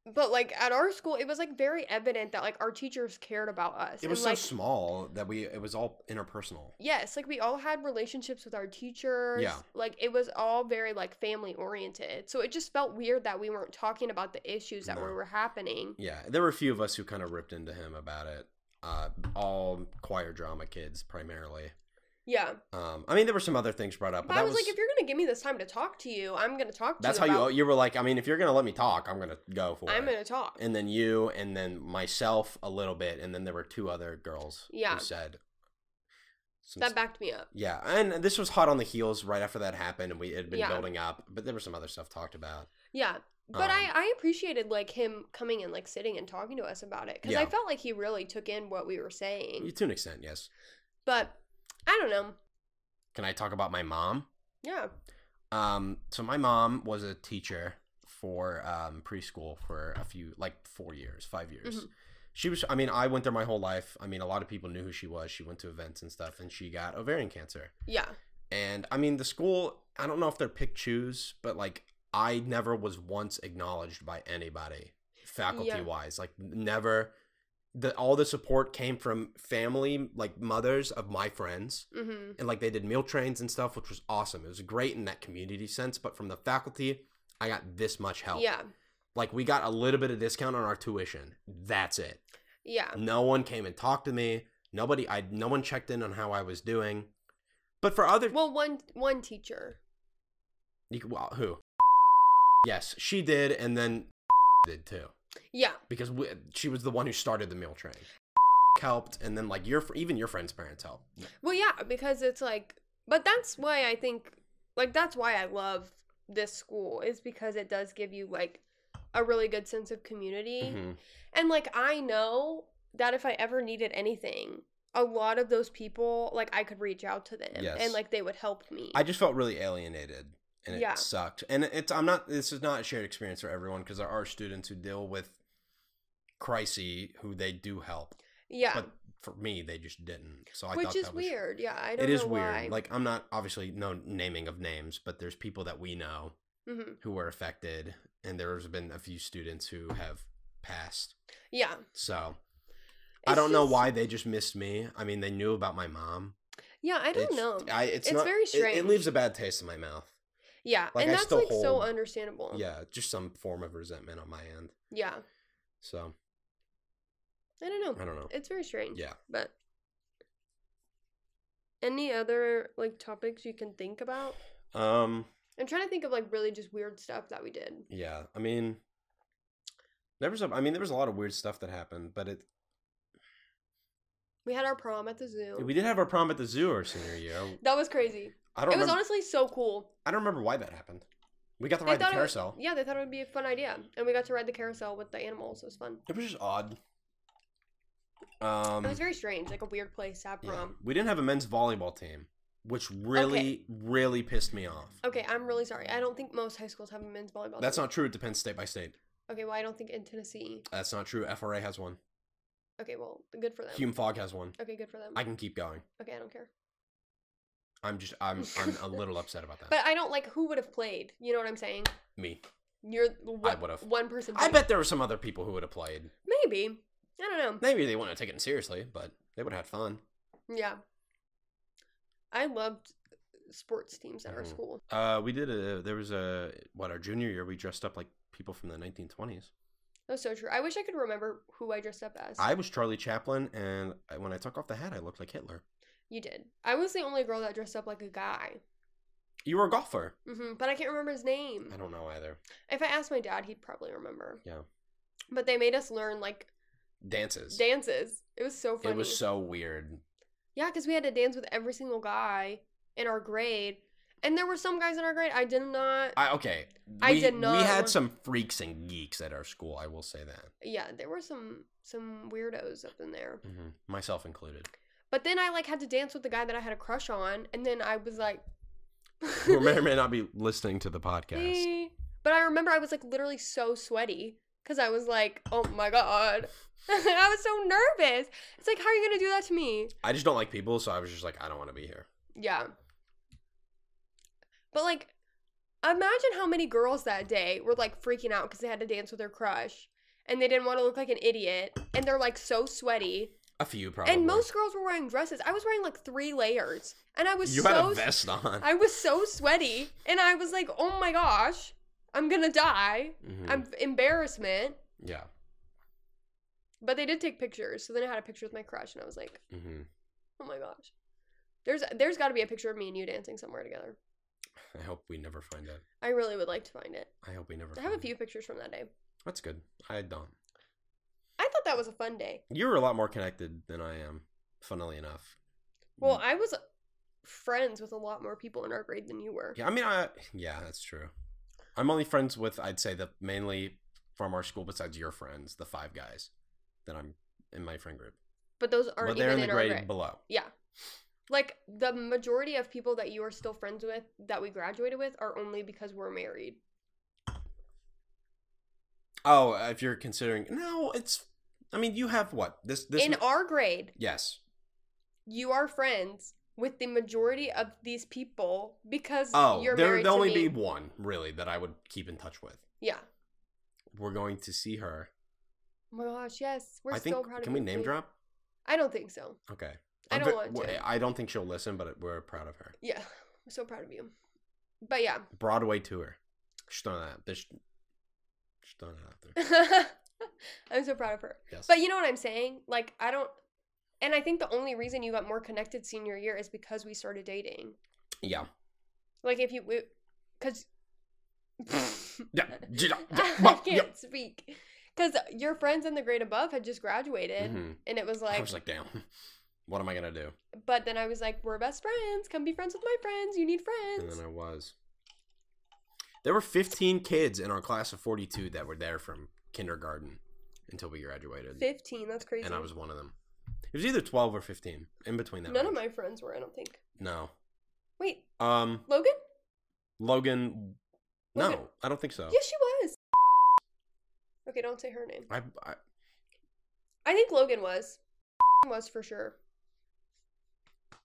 [SPEAKER 2] But like at our school it was like very evident that like our teachers cared about us.
[SPEAKER 1] it was
[SPEAKER 2] and,
[SPEAKER 1] so
[SPEAKER 2] like
[SPEAKER 1] small that we it was all interpersonal.
[SPEAKER 2] Yes, like we all had relationships with our teachers.
[SPEAKER 1] Yeah.
[SPEAKER 2] Like it was all very like family oriented. So it just felt weird that we weren't talking about the issues that
[SPEAKER 1] No.
[SPEAKER 2] were, were happening.
[SPEAKER 1] Yeah, there were a few of us who kind of ripped into him about it. Uh, all choir drama kids primarily.
[SPEAKER 2] Yeah.
[SPEAKER 1] Um, I mean, there were some other things brought up, but,
[SPEAKER 2] But I
[SPEAKER 1] that
[SPEAKER 2] was, like, if you're gonna give me this time to talk to you, I'm gonna talk to
[SPEAKER 1] that's
[SPEAKER 2] you.
[SPEAKER 1] how you
[SPEAKER 2] about-
[SPEAKER 1] you were like. I mean, if you're gonna let me talk, I'm gonna go for
[SPEAKER 2] I'm
[SPEAKER 1] it.
[SPEAKER 2] gonna talk.
[SPEAKER 1] and then you and then myself a little bit and then there were two other girls
[SPEAKER 2] Yeah.
[SPEAKER 1] who said some
[SPEAKER 2] that
[SPEAKER 1] st-
[SPEAKER 2] backed me up.
[SPEAKER 1] yeah and this was hot on the heels right after that happened and we it had been
[SPEAKER 2] Yeah.
[SPEAKER 1] building up but there was some other stuff talked about
[SPEAKER 2] Yeah. But I,
[SPEAKER 1] Um,
[SPEAKER 2] I appreciated like him coming and like sitting and talking to us about it because I
[SPEAKER 1] Yeah.
[SPEAKER 2] felt like he really took in what we were saying.
[SPEAKER 1] to an extent, yes.
[SPEAKER 2] But I don't know.
[SPEAKER 1] Can I talk about my mom?
[SPEAKER 2] Yeah.
[SPEAKER 1] Um, so my mom was a teacher for um, preschool for a few, like four years, five years.
[SPEAKER 2] Mhm.
[SPEAKER 1] She was. I mean, I went there my whole life. I mean, a lot of people knew who she was. She went to events and stuff, and she got ovarian cancer.
[SPEAKER 2] Yeah.
[SPEAKER 1] And I mean, the school. I don't know if they're pick choose, but like, I never was once acknowledged by anybody, faculty wise. Like, never. The all the support came from family, like mothers of my friends
[SPEAKER 2] Mm-hmm.
[SPEAKER 1] and like they did meal trains and stuff, which was awesome. It was great in that community sense, but from the faculty, I got this much help.
[SPEAKER 2] Yeah.
[SPEAKER 1] Like we got a little bit of discount on our tuition. That's it.
[SPEAKER 2] Yeah.
[SPEAKER 1] No one came and talked to me. Nobody I no one checked in on how I was doing. But for other
[SPEAKER 2] Well, one one teacher.
[SPEAKER 1] you, could- well, who? Yes, she did and then did too.
[SPEAKER 2] Yeah.
[SPEAKER 1] Because we, she was the one who started the meal train. helped and then like your fr- even your friend's parents helped.
[SPEAKER 2] Well, yeah, because it's like, but that's why I think, like, that's why I love this school is because it does give you like a really good sense of community.
[SPEAKER 1] Mhm.
[SPEAKER 2] And like I know that if I ever needed anything, a lot of those people, like I could reach out to them
[SPEAKER 1] Yes.
[SPEAKER 2] and like they would help me.
[SPEAKER 1] I just felt really alienated and it
[SPEAKER 2] Yeah.
[SPEAKER 1] sucked. And it's I'm not this is not a shared experience for everyone because there are students who deal with crises who they do help.
[SPEAKER 2] yeah,
[SPEAKER 1] But for me they just didn't. So I
[SPEAKER 2] which
[SPEAKER 1] thought
[SPEAKER 2] is
[SPEAKER 1] that was
[SPEAKER 2] weird. Yeah, I don't
[SPEAKER 1] It is
[SPEAKER 2] know
[SPEAKER 1] weird.
[SPEAKER 2] why.
[SPEAKER 1] Like I'm not obviously no naming of names, but there's people that we know
[SPEAKER 2] hmm
[SPEAKER 1] who were affected and there's been a few students who have passed.
[SPEAKER 2] yeah,
[SPEAKER 1] So I
[SPEAKER 2] It's
[SPEAKER 1] don't know
[SPEAKER 2] just-
[SPEAKER 1] why they just missed me. I mean, they knew about my mom.
[SPEAKER 2] Yeah, I don't
[SPEAKER 1] it's,
[SPEAKER 2] know.
[SPEAKER 1] I, it's
[SPEAKER 2] It's
[SPEAKER 1] not-
[SPEAKER 2] very
[SPEAKER 1] it- It,
[SPEAKER 2] strange.
[SPEAKER 1] leaves a bad taste in my mouth.
[SPEAKER 2] yeah,
[SPEAKER 1] like,
[SPEAKER 2] and
[SPEAKER 1] I
[SPEAKER 2] that's
[SPEAKER 1] still
[SPEAKER 2] like so
[SPEAKER 1] hold-
[SPEAKER 2] understandable.
[SPEAKER 1] yeah just some form of resentment on my end
[SPEAKER 2] yeah.
[SPEAKER 1] so
[SPEAKER 2] I don't know.
[SPEAKER 1] i don't know
[SPEAKER 2] It's very strange.
[SPEAKER 1] Uh, yeah
[SPEAKER 2] but any other like topics you can think about?
[SPEAKER 1] um
[SPEAKER 2] I'm trying to think of like really just weird stuff that we did.
[SPEAKER 1] yeah i mean there was a, i mean there was a lot of weird stuff that happened but it
[SPEAKER 2] We had our prom at the zoo.
[SPEAKER 1] we did have our prom at the zoo our senior year
[SPEAKER 2] that was crazy.
[SPEAKER 1] i
[SPEAKER 2] It
[SPEAKER 1] don't
[SPEAKER 2] was
[SPEAKER 1] remember,
[SPEAKER 2] honestly so cool.
[SPEAKER 1] i don't remember why that happened we got to
[SPEAKER 2] They
[SPEAKER 1] ride the
[SPEAKER 2] thought it was-
[SPEAKER 1] carousel
[SPEAKER 2] yeah, they thought it would be a fun idea, and we got to ride the carousel with the animals. It was fun.
[SPEAKER 1] it was just odd um
[SPEAKER 2] it was very strange, like a weird place to have
[SPEAKER 1] yeah.
[SPEAKER 2] prom.
[SPEAKER 1] we didn't have a men's volleyball team which really really pissed me off
[SPEAKER 2] Okay, I'm really sorry. I don't think most high schools have a men's volleyball.
[SPEAKER 1] that's
[SPEAKER 2] team.
[SPEAKER 1] not true it depends state by state
[SPEAKER 2] okay. Well, I don't think in Tennessee.
[SPEAKER 1] that's not true fra has one
[SPEAKER 2] Okay, well, good for them.
[SPEAKER 1] hume fogg has one
[SPEAKER 2] okay, good for them.
[SPEAKER 1] i can keep going
[SPEAKER 2] okay, I don't care.
[SPEAKER 1] i'm just i'm i'm a little upset about that
[SPEAKER 2] But I don't like who would have played. You know what I'm saying?
[SPEAKER 1] me
[SPEAKER 2] You're the one,
[SPEAKER 1] would've.
[SPEAKER 2] one person.
[SPEAKER 1] I
[SPEAKER 2] team.
[SPEAKER 1] bet there were some other people who would have played.
[SPEAKER 2] Maybe. I don't know.
[SPEAKER 1] Maybe they wouldn't have taken it seriously, but they would have had fun.
[SPEAKER 2] Yeah. I loved sports teams at our
[SPEAKER 1] Mhm.
[SPEAKER 2] school.
[SPEAKER 1] Uh, we did a. There was a what our junior year. We dressed up like people from the 1920s.
[SPEAKER 2] That was so true. I wish I could remember who I dressed up as.
[SPEAKER 1] I was Charlie Chaplin, and I- when I took off the hat, I looked like Hitler.
[SPEAKER 2] you did. I was the only girl that dressed up like a guy.
[SPEAKER 1] You were a golfer.
[SPEAKER 2] hmm But I can't remember his name.
[SPEAKER 1] I don't know either.
[SPEAKER 2] If I asked my dad, he'd probably remember.
[SPEAKER 1] Yeah.
[SPEAKER 2] But they made us learn like
[SPEAKER 1] Dances.
[SPEAKER 2] dances. It was so funny.
[SPEAKER 1] it was so weird.
[SPEAKER 2] Yeah, because we had to dance with every single guy in our grade. And there were some guys in our grade I did not.
[SPEAKER 1] I okay.
[SPEAKER 2] I
[SPEAKER 1] we-
[SPEAKER 2] did
[SPEAKER 1] We
[SPEAKER 2] not
[SPEAKER 1] had
[SPEAKER 2] want-
[SPEAKER 1] some freaks and geeks at our school. I will say that,
[SPEAKER 2] Yeah, there were some some weirdos up in there.
[SPEAKER 1] hmm myself included.
[SPEAKER 2] But then I like had to dance with the guy that I had a crush on, and then I was like,
[SPEAKER 1] Who may or may not be listening to the podcast.
[SPEAKER 2] "Eh." But I remember I was like literally so sweaty because I was like, oh my god, I was so nervous. It's like, how are you gonna do that to me?
[SPEAKER 1] I just don't like people, so I was just like, I don't want to be here.
[SPEAKER 2] Yeah. But like, imagine how many girls that day were like freaking out because they had to dance with their crush. And they didn't want to look like an idiot. And they're like so sweaty.
[SPEAKER 1] A few probably.
[SPEAKER 2] And most girls were wearing dresses. I was wearing like three layers. And I was
[SPEAKER 1] you
[SPEAKER 2] so
[SPEAKER 1] had a vest on.
[SPEAKER 2] I was so sweaty, and I was like, "Oh my gosh, I'm gonna die!
[SPEAKER 1] Mhm.
[SPEAKER 2] I'm embarrassment."
[SPEAKER 1] Yeah.
[SPEAKER 2] But they did take pictures, so then I had a picture with my crush, and I was like,
[SPEAKER 1] hmm
[SPEAKER 2] "Oh my gosh, there's there's got to be a picture of me and you dancing somewhere together."
[SPEAKER 1] I hope we never find out.
[SPEAKER 2] I really would like to find it.
[SPEAKER 1] I hope we never.
[SPEAKER 2] I have a
[SPEAKER 1] find
[SPEAKER 2] few
[SPEAKER 1] Out.
[SPEAKER 2] pictures from that day.
[SPEAKER 1] That's good. I don't.
[SPEAKER 2] I thought that was a fun day.
[SPEAKER 1] You're a lot more connected than I am. Funnily enough. Hmm.
[SPEAKER 2] Well, I was friends with a lot more people in our grade than you were.
[SPEAKER 1] yeah. I mean, I yeah, that's true. I'm only friends with I'd say the mainly from our school besides your friends, the five guys that I'm in my friend group.
[SPEAKER 2] But those aren't
[SPEAKER 1] but they're in
[SPEAKER 2] even
[SPEAKER 1] the
[SPEAKER 2] in our
[SPEAKER 1] grade
[SPEAKER 2] grade.
[SPEAKER 1] below.
[SPEAKER 2] Yeah. Like the majority of people that you are still friends with that we graduated with are only because we're married.
[SPEAKER 1] Oh, if you're considering no, it's I mean you have what? This this
[SPEAKER 2] in our grade,
[SPEAKER 1] Yes.
[SPEAKER 2] you are friends with the majority of these people because
[SPEAKER 1] Oh,
[SPEAKER 2] you're
[SPEAKER 1] there
[SPEAKER 2] married
[SPEAKER 1] would
[SPEAKER 2] to
[SPEAKER 1] only be
[SPEAKER 2] me.
[SPEAKER 1] one really that I would keep in touch with.
[SPEAKER 2] Yeah.
[SPEAKER 1] We're going to see her.
[SPEAKER 2] Oh my gosh, yes. We're
[SPEAKER 1] I think
[SPEAKER 2] so proud of
[SPEAKER 1] can we
[SPEAKER 2] you,
[SPEAKER 1] name
[SPEAKER 2] babe.
[SPEAKER 1] drop?
[SPEAKER 2] I don't think so.
[SPEAKER 1] Okay.
[SPEAKER 2] I
[SPEAKER 1] I'm
[SPEAKER 2] don't
[SPEAKER 1] ve-
[SPEAKER 2] want
[SPEAKER 1] w-
[SPEAKER 2] to.
[SPEAKER 1] I don't think she'll listen, but we're proud of her.
[SPEAKER 2] Yeah. I'm so proud of you. But yeah.
[SPEAKER 1] Broadway tour. Just throwing that. Just, just throwing that out there.
[SPEAKER 2] I'm so proud of her.
[SPEAKER 1] Yes.
[SPEAKER 2] But you know what I'm saying? Like I don't and I think the only reason you got more connected senior year is because we started dating.
[SPEAKER 1] yeah.
[SPEAKER 2] Like if you cuz
[SPEAKER 1] Yeah. Yeah.
[SPEAKER 2] I
[SPEAKER 1] Yeah.
[SPEAKER 2] can't speak. Cuz your friends in the grade above had just graduated
[SPEAKER 1] Mhm.
[SPEAKER 2] and it was
[SPEAKER 1] I
[SPEAKER 2] like,
[SPEAKER 1] was like, damn. What am I gonna do?
[SPEAKER 2] but then I was like we're best friends. Come be friends with my friends. You need
[SPEAKER 1] And
[SPEAKER 2] friends.
[SPEAKER 1] then I was. There were 15 kids in our class of 42 that were there from kindergarten until we graduated,
[SPEAKER 2] 15, that's crazy.
[SPEAKER 1] and I was one of them. It was either 12 or 15, in between that.
[SPEAKER 2] None of
[SPEAKER 1] range.
[SPEAKER 2] my friends were, I don't think.
[SPEAKER 1] No.
[SPEAKER 2] Wait,
[SPEAKER 1] Um,
[SPEAKER 2] Logan?
[SPEAKER 1] Logan. No,
[SPEAKER 2] Logan-
[SPEAKER 1] I don't think so.
[SPEAKER 2] Yes, she was. Okay, don't say her name.
[SPEAKER 1] I, I
[SPEAKER 2] I think Logan was. Was for sure.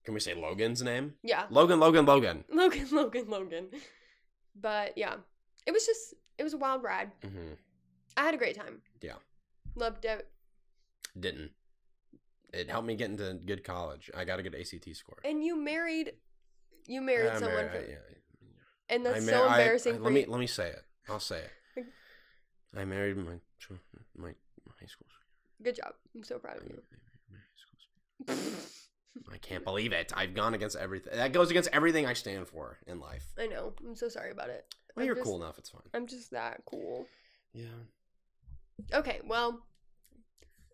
[SPEAKER 1] can we say Logan's name?
[SPEAKER 2] Yeah.
[SPEAKER 1] Logan, Logan, Logan.
[SPEAKER 2] Logan, Logan, Logan. But yeah, it was just, it was a wild ride.
[SPEAKER 1] hmm
[SPEAKER 2] I had a great time.
[SPEAKER 1] Yeah.
[SPEAKER 2] Loved it.
[SPEAKER 1] Didn't. It helped me get into good college. I got a good ACT score.
[SPEAKER 2] And you married, you married
[SPEAKER 1] I
[SPEAKER 2] someone.
[SPEAKER 1] mar-
[SPEAKER 2] for,
[SPEAKER 1] I- yeah.
[SPEAKER 2] And that's
[SPEAKER 1] I
[SPEAKER 2] so
[SPEAKER 1] mar- I-
[SPEAKER 2] embarrassing
[SPEAKER 1] I-
[SPEAKER 2] for
[SPEAKER 1] let me
[SPEAKER 2] you.
[SPEAKER 1] let me say it. I'll say it.
[SPEAKER 2] Okay.
[SPEAKER 1] I married my cho- my my high school.
[SPEAKER 2] Good job. I'm so proud
[SPEAKER 1] sweetheart. I married
[SPEAKER 2] of you.
[SPEAKER 1] my high school sweetheart. I can't believe it. I've gone against everything. That goes against everything I stand for in life.
[SPEAKER 2] I know. I'm so sorry about it.
[SPEAKER 1] Well,
[SPEAKER 2] I'm
[SPEAKER 1] you're
[SPEAKER 2] just-
[SPEAKER 1] cool enough. It's fine.
[SPEAKER 2] I'm just that cool.
[SPEAKER 1] Yeah.
[SPEAKER 2] Okay, well,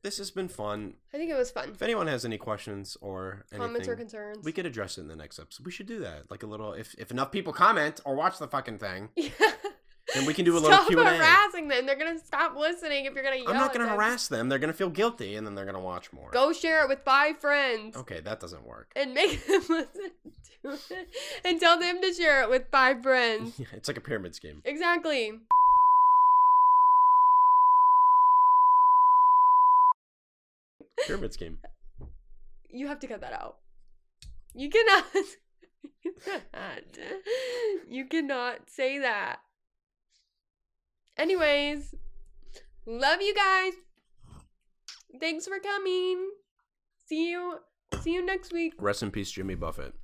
[SPEAKER 1] This has been fun.
[SPEAKER 2] I think it was fun.
[SPEAKER 1] If anyone has any questions or anything,
[SPEAKER 2] Comments or concerns?
[SPEAKER 1] we could address it in the next episode. We should do that. Like a little. If if enough people comment or watch the fucking thing,
[SPEAKER 2] Yeah.
[SPEAKER 1] then we can do a little
[SPEAKER 2] stop
[SPEAKER 1] Q and A.
[SPEAKER 2] harassing them. They're gonna stop listening if you're gonna. Yell
[SPEAKER 1] I'm not
[SPEAKER 2] at
[SPEAKER 1] gonna
[SPEAKER 2] them.
[SPEAKER 1] harass them. They're gonna feel guilty, and then they're gonna watch more.
[SPEAKER 2] Go share it with five friends
[SPEAKER 1] Okay, that doesn't work.
[SPEAKER 2] and make them listen to it, and tell them to share it with five friends.
[SPEAKER 1] it's like a pyramid scheme.
[SPEAKER 2] Exactly.
[SPEAKER 1] Pyramid scheme.
[SPEAKER 2] You have to cut that out. You cannot. you cannot. You cannot say that. Anyways, love you guys. Thanks for coming. See you. See you next week.
[SPEAKER 1] Rest in peace, Jimmy Buffett.